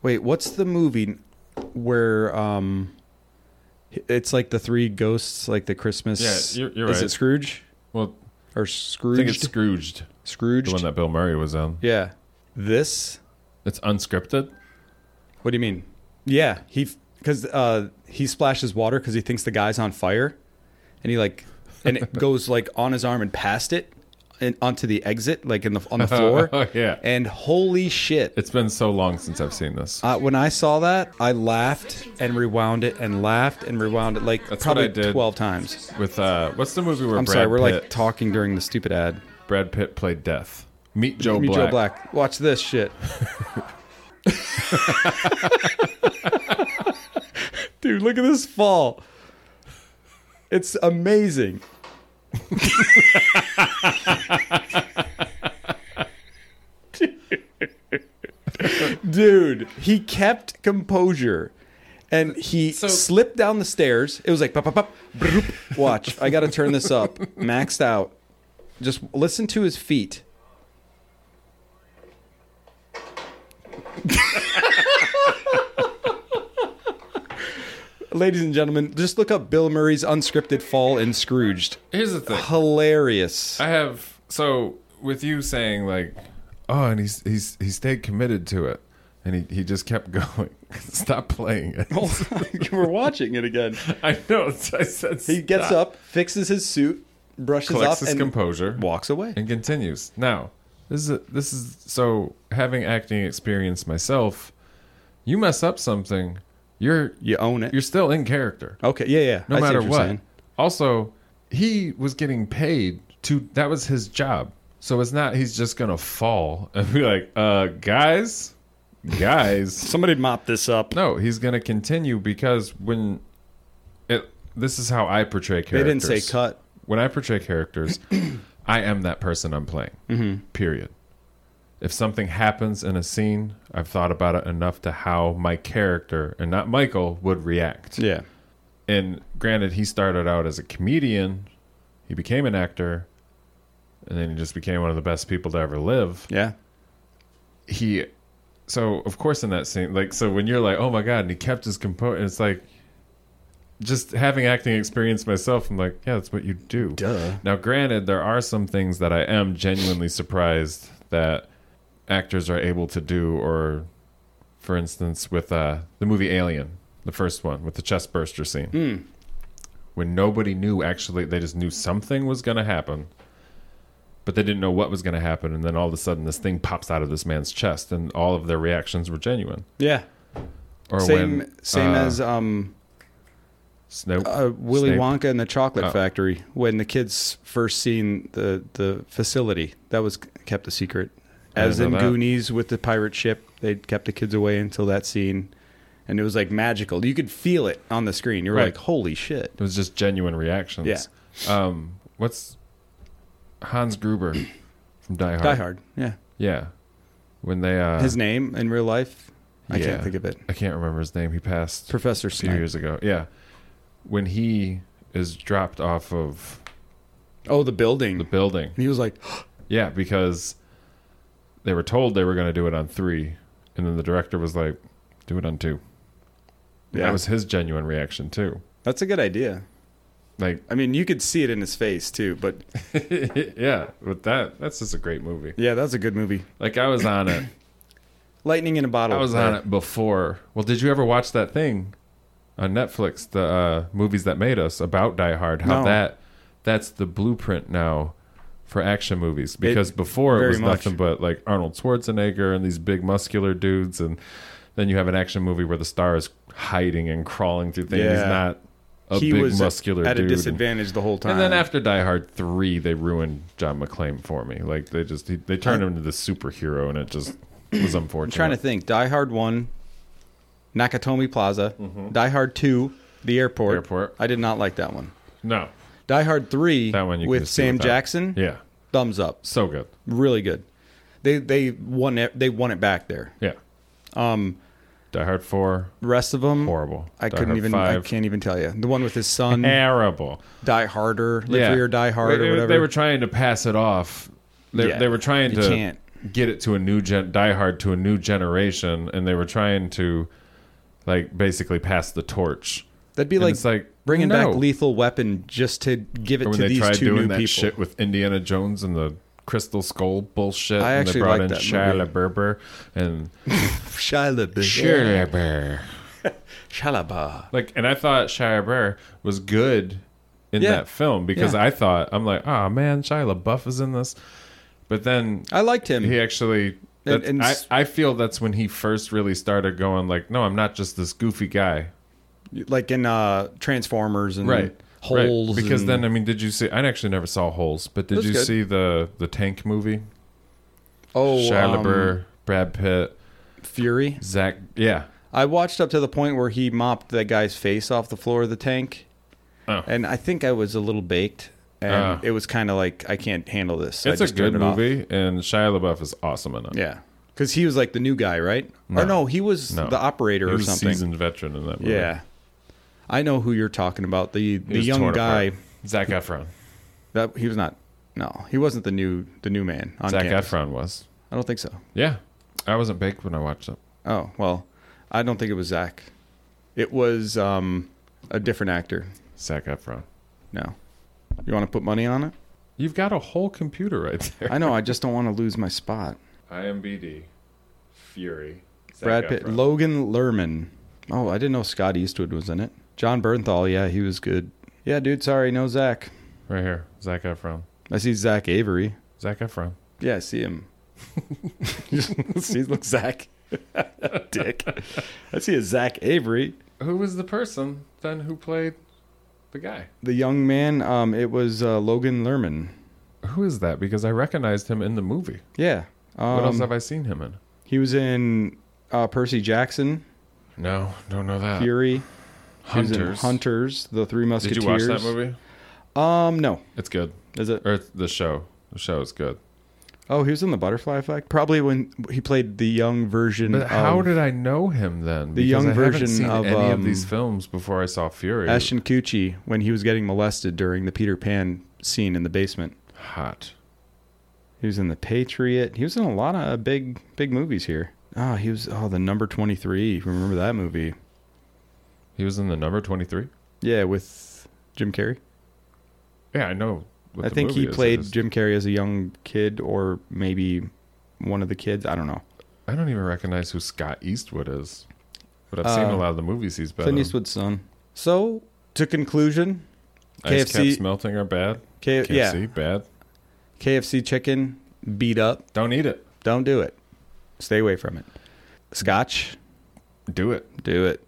S2: Wait, what's the movie where um it's like the three ghosts, like the Christmas
S1: Yeah, you're- you're
S2: Is
S1: right.
S2: it Scrooge?
S1: Well,
S2: Or
S1: I
S2: Scrooge?
S1: think it's Scrooged,
S2: Scrooge.
S1: the one that Bill Murray was on.
S2: yeah. This?
S1: It's unscripted.
S2: What do you mean? Yeah, he cuz uh he splashes water cuz he thinks the guy's on fire and he like and
S1: (laughs)
S2: it goes like on his arm and past it and onto the exit like in the
S1: (laughs)
S2: on the floor.
S1: Yeah.
S2: And holy shit.
S1: It's been so long since I've seen this.
S2: Uh, when I saw that, I laughed and rewound it and laughed and rewound it like
S1: That's what
S2: probably
S1: I did.
S2: 12 times.
S1: With uh, what's the movie where
S2: I'm
S1: Brad
S2: sorry, we're
S1: Pitt-
S2: like talking during the stupid ad.
S1: Brad Pitt played Death. Meet Joe
S2: Me,
S1: Black.
S2: Joe
S1: (laughs)
S2: Black. Watch this shit. Dude, look at this fall. It's amazing. Dude, he kept composure and he slipped down the stairs. It was like, pop, pop, pop, broop. watch, I got to turn this up, maxed out. Just listen to his feet. Ladies and gentlemen, just look up Bill Murray's unscripted fall in Scrooged.
S1: Here's the thing.
S2: Hilarious.
S1: I have so with you saying like, oh, and he's he's he stayed committed to it, and he he just kept (laughs) going. Stop playing it.
S2: Oh. (laughs) We're watching it again.
S1: (laughs) I know. it's- I said
S2: He gets
S1: stop.
S2: up, fixes his suit, brushes
S1: collects
S2: off,
S1: his
S2: and
S1: composure,
S2: walks away.
S1: and continues. Now, this is a, this is so having acting experience myself. You mess up something, you're
S2: You own it.
S1: you're still in character.
S2: okay, yeah, yeah.
S1: no
S2: I see
S1: matter
S2: you're
S1: what.
S2: saying.
S1: Also, he was getting paid to that was his job. So it's not he's just gonna fall and be like, uh guys, guys.
S3: Somebody mop this up.
S1: no, he's gonna continue because when it this is how I portray
S2: They
S1: characters.
S2: didn't say cut.
S1: When I portray
S2: (clears throat)
S1: characters, I am that person I'm playing.
S2: Mm-hmm.
S1: Period. If something happens in a scene, I've thought about it enough to how my character and not Michael would react
S2: Yeah.
S1: and granted he started out as a comedian he became an actor and then he just became one of the best people to ever live
S2: Yeah.
S1: he so of course in that scene like so when you're like oh my god and he kept his composure it's like just having acting experience myself i'm like yeah that's what you do
S2: Duh.
S1: now granted there are some things that i am genuinely surprised that actors are able to do or for instance with uh, the movie alien the first one with the chest burster scene when nobody knew actually they just knew something was going to happen but they didn't know what was going to happen and then all of a sudden this thing pops out of this man's chest and all of their reactions were genuine
S2: Yeah.
S1: or
S2: Same
S1: when
S2: same
S1: uh,
S2: as um
S1: Snope,
S2: uh, Willy
S1: Snape- Oh.
S2: Wonka and the Chocolate Factory when the kids first seen the the facility. That was kept a secret.
S1: I
S2: As
S1: didn't
S2: in
S1: know that.
S2: Goonies with the pirate ship, they kept the kids away until that scene. And it was like magical. You could feel it on the screen. You were
S1: Right.
S2: like, holy shit.
S1: it was just genuine reactions
S2: Yeah.
S1: um what's hans gruber (clears throat) from die hard
S2: Die Hard. Yeah.
S1: yeah when they uh
S2: His name in real life? I
S1: yeah.
S2: can't think of it.
S1: i can't remember his name he passed
S2: Professor
S1: two
S2: Snape.
S1: years ago yeah when he is dropped off of
S2: Oh, the building.
S1: the building
S2: and he was like, (gasps)
S1: Yeah, because they were told they were going to do it on three, and then the director was like, "Do it on two.
S2: yeah,
S1: That was his genuine reaction too.
S2: that's a good idea.
S1: Like, (laughs)
S2: I mean, you could see it in his face too, but
S1: yeah, with that, that's just a great movie.
S2: yeah, that's a good movie.
S1: Like, I was on it.
S2: Lightning in a Bottle.
S1: I was on it before. Well, did you ever watch that thing on Netflix, the uh, movies that made us about Die Hard? How
S2: No.
S1: that that's the blueprint now for action movies because before it
S2: very
S1: was
S2: much.
S1: nothing but like Arnold Schwarzenegger and these big muscular dudes and then you have an action movie where the star is hiding and crawling through things. He's
S2: Yeah.
S1: not a
S2: he
S1: big
S2: was
S1: muscular
S2: at
S1: dude.
S2: a
S1: and-
S2: disadvantage the whole time.
S1: and then after Die Hard three, they ruined John McClane for me. Like they just he, they turned him into the superhero, and it just was unfortunate.
S2: I'm trying to think. Die Hard One, Nakatomi Plaza. Die Hard Two, The Airport.
S1: Mm-hmm. Airport.
S2: I did not like that one.
S1: no,
S2: Die Hard Three.
S1: That one you can
S2: with
S1: just do
S2: Sam
S1: without.
S2: Jackson.
S1: yeah,
S2: Thumbs up.
S1: so good.
S2: Really good. They they won it. They won it back there.
S1: Yeah. Um, Die Hard Four,
S2: Rest of them
S1: horrible.
S2: I
S1: Die
S2: couldn't
S1: Hard
S2: even. I can't even tell you. The one with
S1: (laughs)
S2: his son.
S1: Terrible.
S2: Die Harder, Live Free or Die Hard,
S1: They-
S2: or whatever.
S1: They were trying to pass it off. They,
S2: Yeah.
S1: they were trying
S2: You
S1: to
S2: can't.
S1: get it to a new gen, Die Hard to a new generation, and they were trying to, like, basically pass the torch.
S2: That'd be
S1: And
S2: like,
S1: it's like,
S2: bringing
S1: no.
S2: back Lethal Weapon just to give it
S1: When
S2: to
S1: they
S2: these
S1: tried
S2: two
S1: doing
S2: new
S1: that
S2: people.
S1: shit with Indiana Jones and the Crystal Skull bullshit,
S2: I
S1: and they
S2: actually
S1: brought
S2: like
S1: in
S2: that
S1: Shia
S2: movie.
S1: LaBeouf
S2: (laughs)
S1: and
S2: Shia LaBeouf.
S1: LaBeouf.
S2: Shia LaBeouf.
S1: Like, and I thought Shia LaBeouf was good in
S2: Yeah.
S1: that film because
S2: Yeah.
S1: I thought I'm like, oh man, Shia LaBeouf is in this, but then
S2: I liked him.
S1: he actually.
S2: And-
S1: that-
S2: and
S1: I,
S2: s-
S1: I feel that's when he first really started going like, no, I'm not just this goofy guy,
S2: Like in uh, Transformers and
S1: Right.
S2: Holes.
S1: Because
S2: and-
S1: then, I mean, did you see? I actually never saw Holes, but did
S2: That's
S1: you
S2: good.
S1: see the the tank movie?
S2: oh,
S1: Shia
S2: um,
S1: LaBeouf, Brad Pitt,
S2: Fury.
S1: Zach. Yeah,
S2: I watched up to the point where he mopped that guy's face off the floor of the tank,
S1: Oh.
S2: and I think I was a little baked, and
S1: Ah.
S2: it was kind of like I can't handle this. so I
S1: it's a
S2: just turned
S1: good
S2: it off.
S1: movie, and Shia LaBeouf is awesome in it.
S2: Yeah, because he was like the new guy, right?
S1: No.
S2: Or no, he was
S1: No.
S2: the operator
S1: He
S2: or
S1: was a
S2: something.
S1: seasoned veteran in that movie.
S2: Yeah, I know who you're talking about. The
S1: He
S2: the
S1: was
S2: young
S1: torn
S2: guy.
S1: apart. Zac Efron.
S2: That he was not. No, he wasn't the new the new man on
S1: Zac
S2: campus.
S1: Efron was.
S2: I don't think so.
S1: Yeah, I wasn't baked when I watched it.
S2: Oh well, I don't think it was Zach. It was um, a different actor.
S1: Zac Efron.
S2: No, you want to put money on it?
S1: You've got a whole computer right (laughs) there.
S2: I know. I just don't want to lose my spot.
S1: IMBD. Fury. (laughs) Zac
S2: Brad Pitt,
S1: Efron.
S2: Logan Lerman. Oh, I didn't know Scott Eastwood was in it. John Bernthal. Yeah, he was good. Yeah, dude. Sorry, no Zach.
S1: Right here. Zac Efron.
S2: I see Zach Avery.
S1: Zac Efron.
S2: Yeah, I see
S1: (laughs)
S2: him. (laughs) see, look, Zach. (laughs) Dick. I see a Zach Avery.
S1: Who was the person then who played the guy?
S2: The young man, um, it was uh, Logan Lerman.
S1: Who is that? Because I recognized him in the movie.
S2: Yeah. Um,
S1: What else have I seen him in?
S2: He was in uh, Percy Jackson,
S1: No, don't know that.
S2: Fury, He was in
S1: Uh, Hunters.
S2: Hunters, The Three
S1: Did
S2: Musketeers.
S1: you watch that movie?
S2: Um, no.
S1: It's good.
S2: Is it?
S1: Or it's the show. The show is good.
S2: Oh, he was in The Butterfly Effect. Probably when he played the young version
S1: But how
S2: of
S1: did I know him then?
S2: um, The
S1: Because
S2: young
S1: I haven't
S2: version
S1: seen
S2: of,
S1: any of
S2: um,
S1: these films before I saw Fury.
S2: Ashton Kutcher when he was getting molested during the Peter Pan scene in the basement.
S1: Hot.
S2: He was in The Patriot. He was in a lot of uh, big, big movies here. Oh, he was, oh, the number 23. Remember that movie?
S1: He was in the number twenty three.
S2: Yeah, with Jim Carrey.
S1: Yeah, I know. What
S2: I
S1: the
S2: think
S1: movie
S2: he
S1: is. I
S2: played
S1: just-
S2: Jim Carrey as a young kid or maybe one of the kids. I don't know.
S1: I don't even recognize who Scott Eastwood is, but I've seen
S2: Uh,
S1: a lot of the movies he's been
S2: Clint
S1: in.
S2: Eastwood's son. So, to conclusion,
S1: Ice
S2: KFC
S1: caps melting are bad.
S2: K-
S1: KFC
S2: yeah,
S1: bad.
S2: KFC chicken beat up.
S1: Don't eat it.
S2: Don't do it. Stay away from it. Scotch,
S1: Do it.
S2: do it.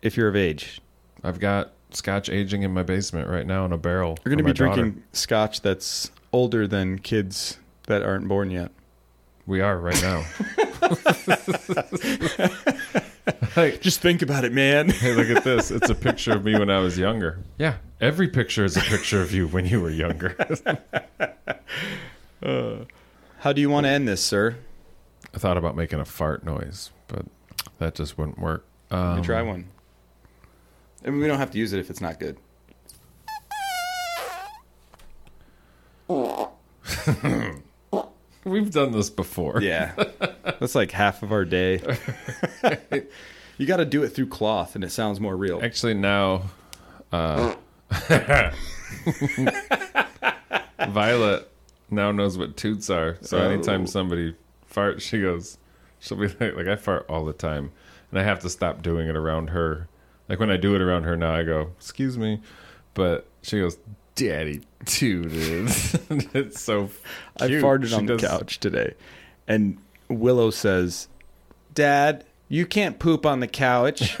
S2: If you're of age,
S1: I've got scotch aging in my basement right now in a barrel.
S2: you're going
S1: for
S2: to be
S1: my daughter.
S2: drinking scotch that's older than kids that aren't born yet.
S1: We are right
S2: (laughs)
S1: now. like,
S2: Just think about it, man.
S1: hey, look at this. It's a picture of me when I was younger. Yeah, every picture is a picture of you when you were
S2: (laughs)
S1: younger.
S2: How do you want to end this, sir?
S1: I thought about making a fart noise, but that just wouldn't work. Um,
S2: Let me try one. I mean, we don't have to use it if it's not good.
S1: We've done this before. (laughs)
S2: Yeah. That's like half of our day. you got to do it through cloth and it sounds more real.
S1: Actually, now, uh, (laughs) Violet now knows what toots are. So
S2: Oh.
S1: anytime somebody farts, she goes, she'll be (laughs) like, like, I fart all the time. And I have to stop doing it around her. Like when I do it around her now, I go, excuse me. But she goes, Daddy tooted. (laughs) it's so
S2: I
S1: cute.
S2: farted
S1: She
S2: on the
S1: does-
S2: couch today and Willow says, "Dad, you can't poop on the couch."
S1: (laughs)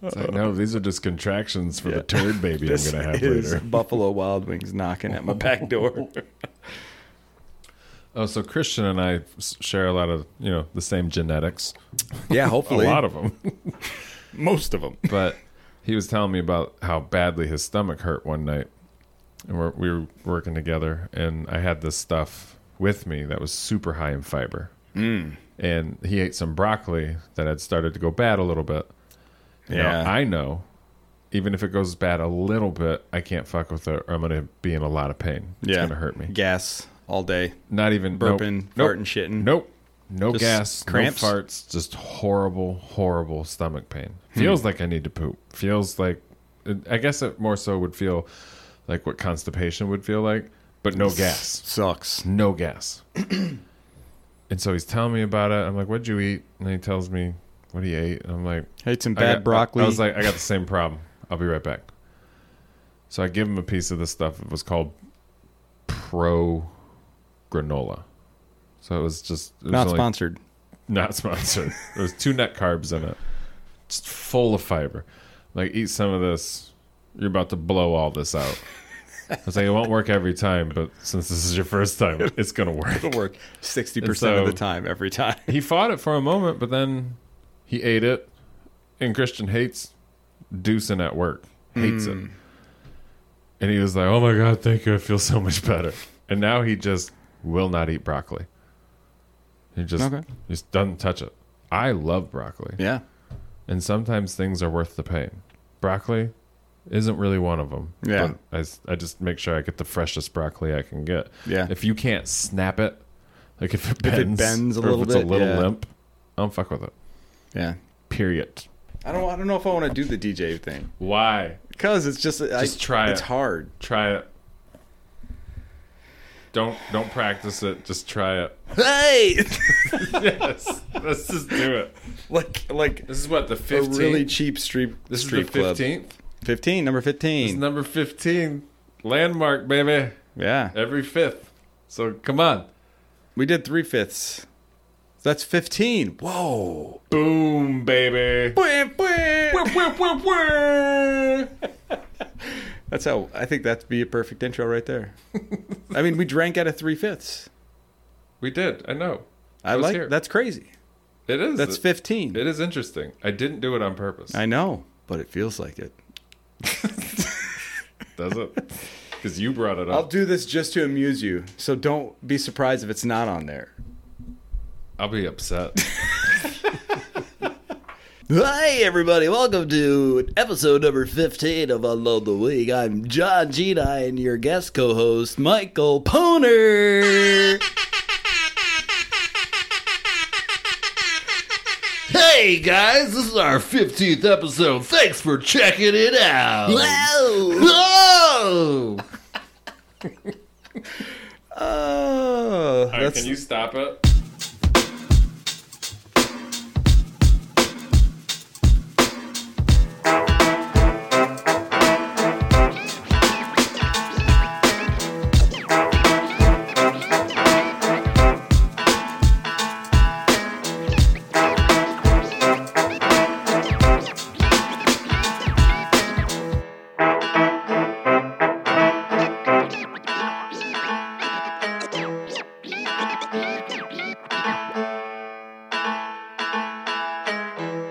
S1: It's like, no, these are just contractions for the turd
S2: (laughs)
S1: baby I'm going to have
S2: is
S1: later. (laughs)
S2: Buffalo Wild Wings knocking at my back door.
S1: Oh, so Christian and I s- share a lot of, you know, the same genetics.
S2: (laughs) yeah,
S1: A
S2: hopefully.
S1: lot of them.
S3: Most of them.
S1: (laughs) but he was telling me about how badly his stomach hurt one night and we're, we were working together and i had this stuff with me that was super high in fiber mm. and he ate some broccoli that had started to go bad a little bit yeah
S2: Yeah.
S1: i know even if it goes bad a little bit i can't fuck with it or i'm gonna be in a lot of pain it's
S2: Yeah.
S1: gonna hurt me
S2: Gas all day,
S1: not even nope.
S2: burping,
S1: nope,
S2: farting, shitting.
S1: Nope. No
S2: Just
S1: gas,
S2: cramps?
S1: no farts, just horrible, horrible stomach pain.
S2: Hmm.
S1: Feels like I need to poop. Feels like, I guess it more so would feel like what constipation would feel like, but no gas.
S2: Sucks.
S1: No gas. (clears throat) and so he's telling me about it. I'm like, what'd you eat? And he tells me what he ate. And I'm like,
S2: Ate some
S1: I
S2: bad
S1: got-
S2: broccoli.
S1: I, was like, I got the same problem. I'll be right back. So I give him a piece of this stuff. It was called Pro Granola. So it was just it was
S2: not
S1: only-
S2: sponsored.
S1: Not sponsored. there was two net carbs in it, just full of fiber. Like eat some of this, you're about to blow all this out. I was like, it won't work every time, but since this is your first
S2: (laughs)
S1: time, it's gonna work.
S2: It'll work 60%
S1: And so-
S2: of the time, every time.
S1: (laughs) He fought it for a moment, but then he ate it. And Christian hates deucing at work. Hates it. And he was like, Oh my god, thank you. I feel so much better. And now he just will not eat broccoli. He just
S2: Okay.
S1: just doesn't touch it. I love broccoli.
S2: (laughs) Yeah.
S1: And sometimes things are worth the pain. Broccoli isn't really one of them.
S2: Yeah.
S1: But I, s- I just make sure I get the freshest broccoli I can get.
S2: Yeah.
S1: If you can't snap it, like if it
S2: If it
S1: bends,
S2: bends a
S1: or
S2: little
S1: if it's
S2: bit,
S1: a little
S2: yeah.
S1: limp, I don't fuck with it.
S2: Yeah.
S1: Period.
S2: I don't, I don't know if I want to do the DJ thing
S1: Why?
S2: because it's just,
S1: Just try
S2: it's
S1: it.
S2: hard.
S1: Try it. Don't don't practice it. Just try it.
S2: (laughs)
S1: (laughs)
S2: Hey,
S1: Yes. Let's just do it.
S2: (laughs) like, like
S1: This is what the
S2: a
S1: fifteenth.
S2: really cheap street,
S1: this is the
S2: street club.
S1: fifteenth.
S2: 15, number
S1: It's
S2: 15.
S1: number fifteen. Landmark, baby.
S2: yeah.
S1: Every fifth. So come on.
S2: We did three fifths. That's 15. Whoa.
S1: Boom, baby.
S2: That's how I think that'd be a perfect intro right there. I mean, we drank out of three fifths.
S1: We did. I know.
S2: I
S1: was
S2: like
S1: here.
S2: that's crazy.
S1: It is.
S2: That's 15.
S1: It is interesting. I didn't do it on purpose.
S2: I know, but it feels like it.
S1: Does
S2: (laughs)
S1: it? Because you brought it
S2: I'll
S1: up.
S2: do this just to amuse you, so don't be surprised if it's not on there.
S1: I'll, be
S2: (laughs)
S1: upset.
S5: Hey everybody, welcome to episode number 15 of Unload the Week. I'm John Gina and your guest co-host, Michael Poner. Hey guys, this is our 15th episode. Thanks for checking it out. Whoa!
S2: Oh,
S5: (laughs)
S1: All right,
S2: that's,
S5: Oh,
S1: can you stop it?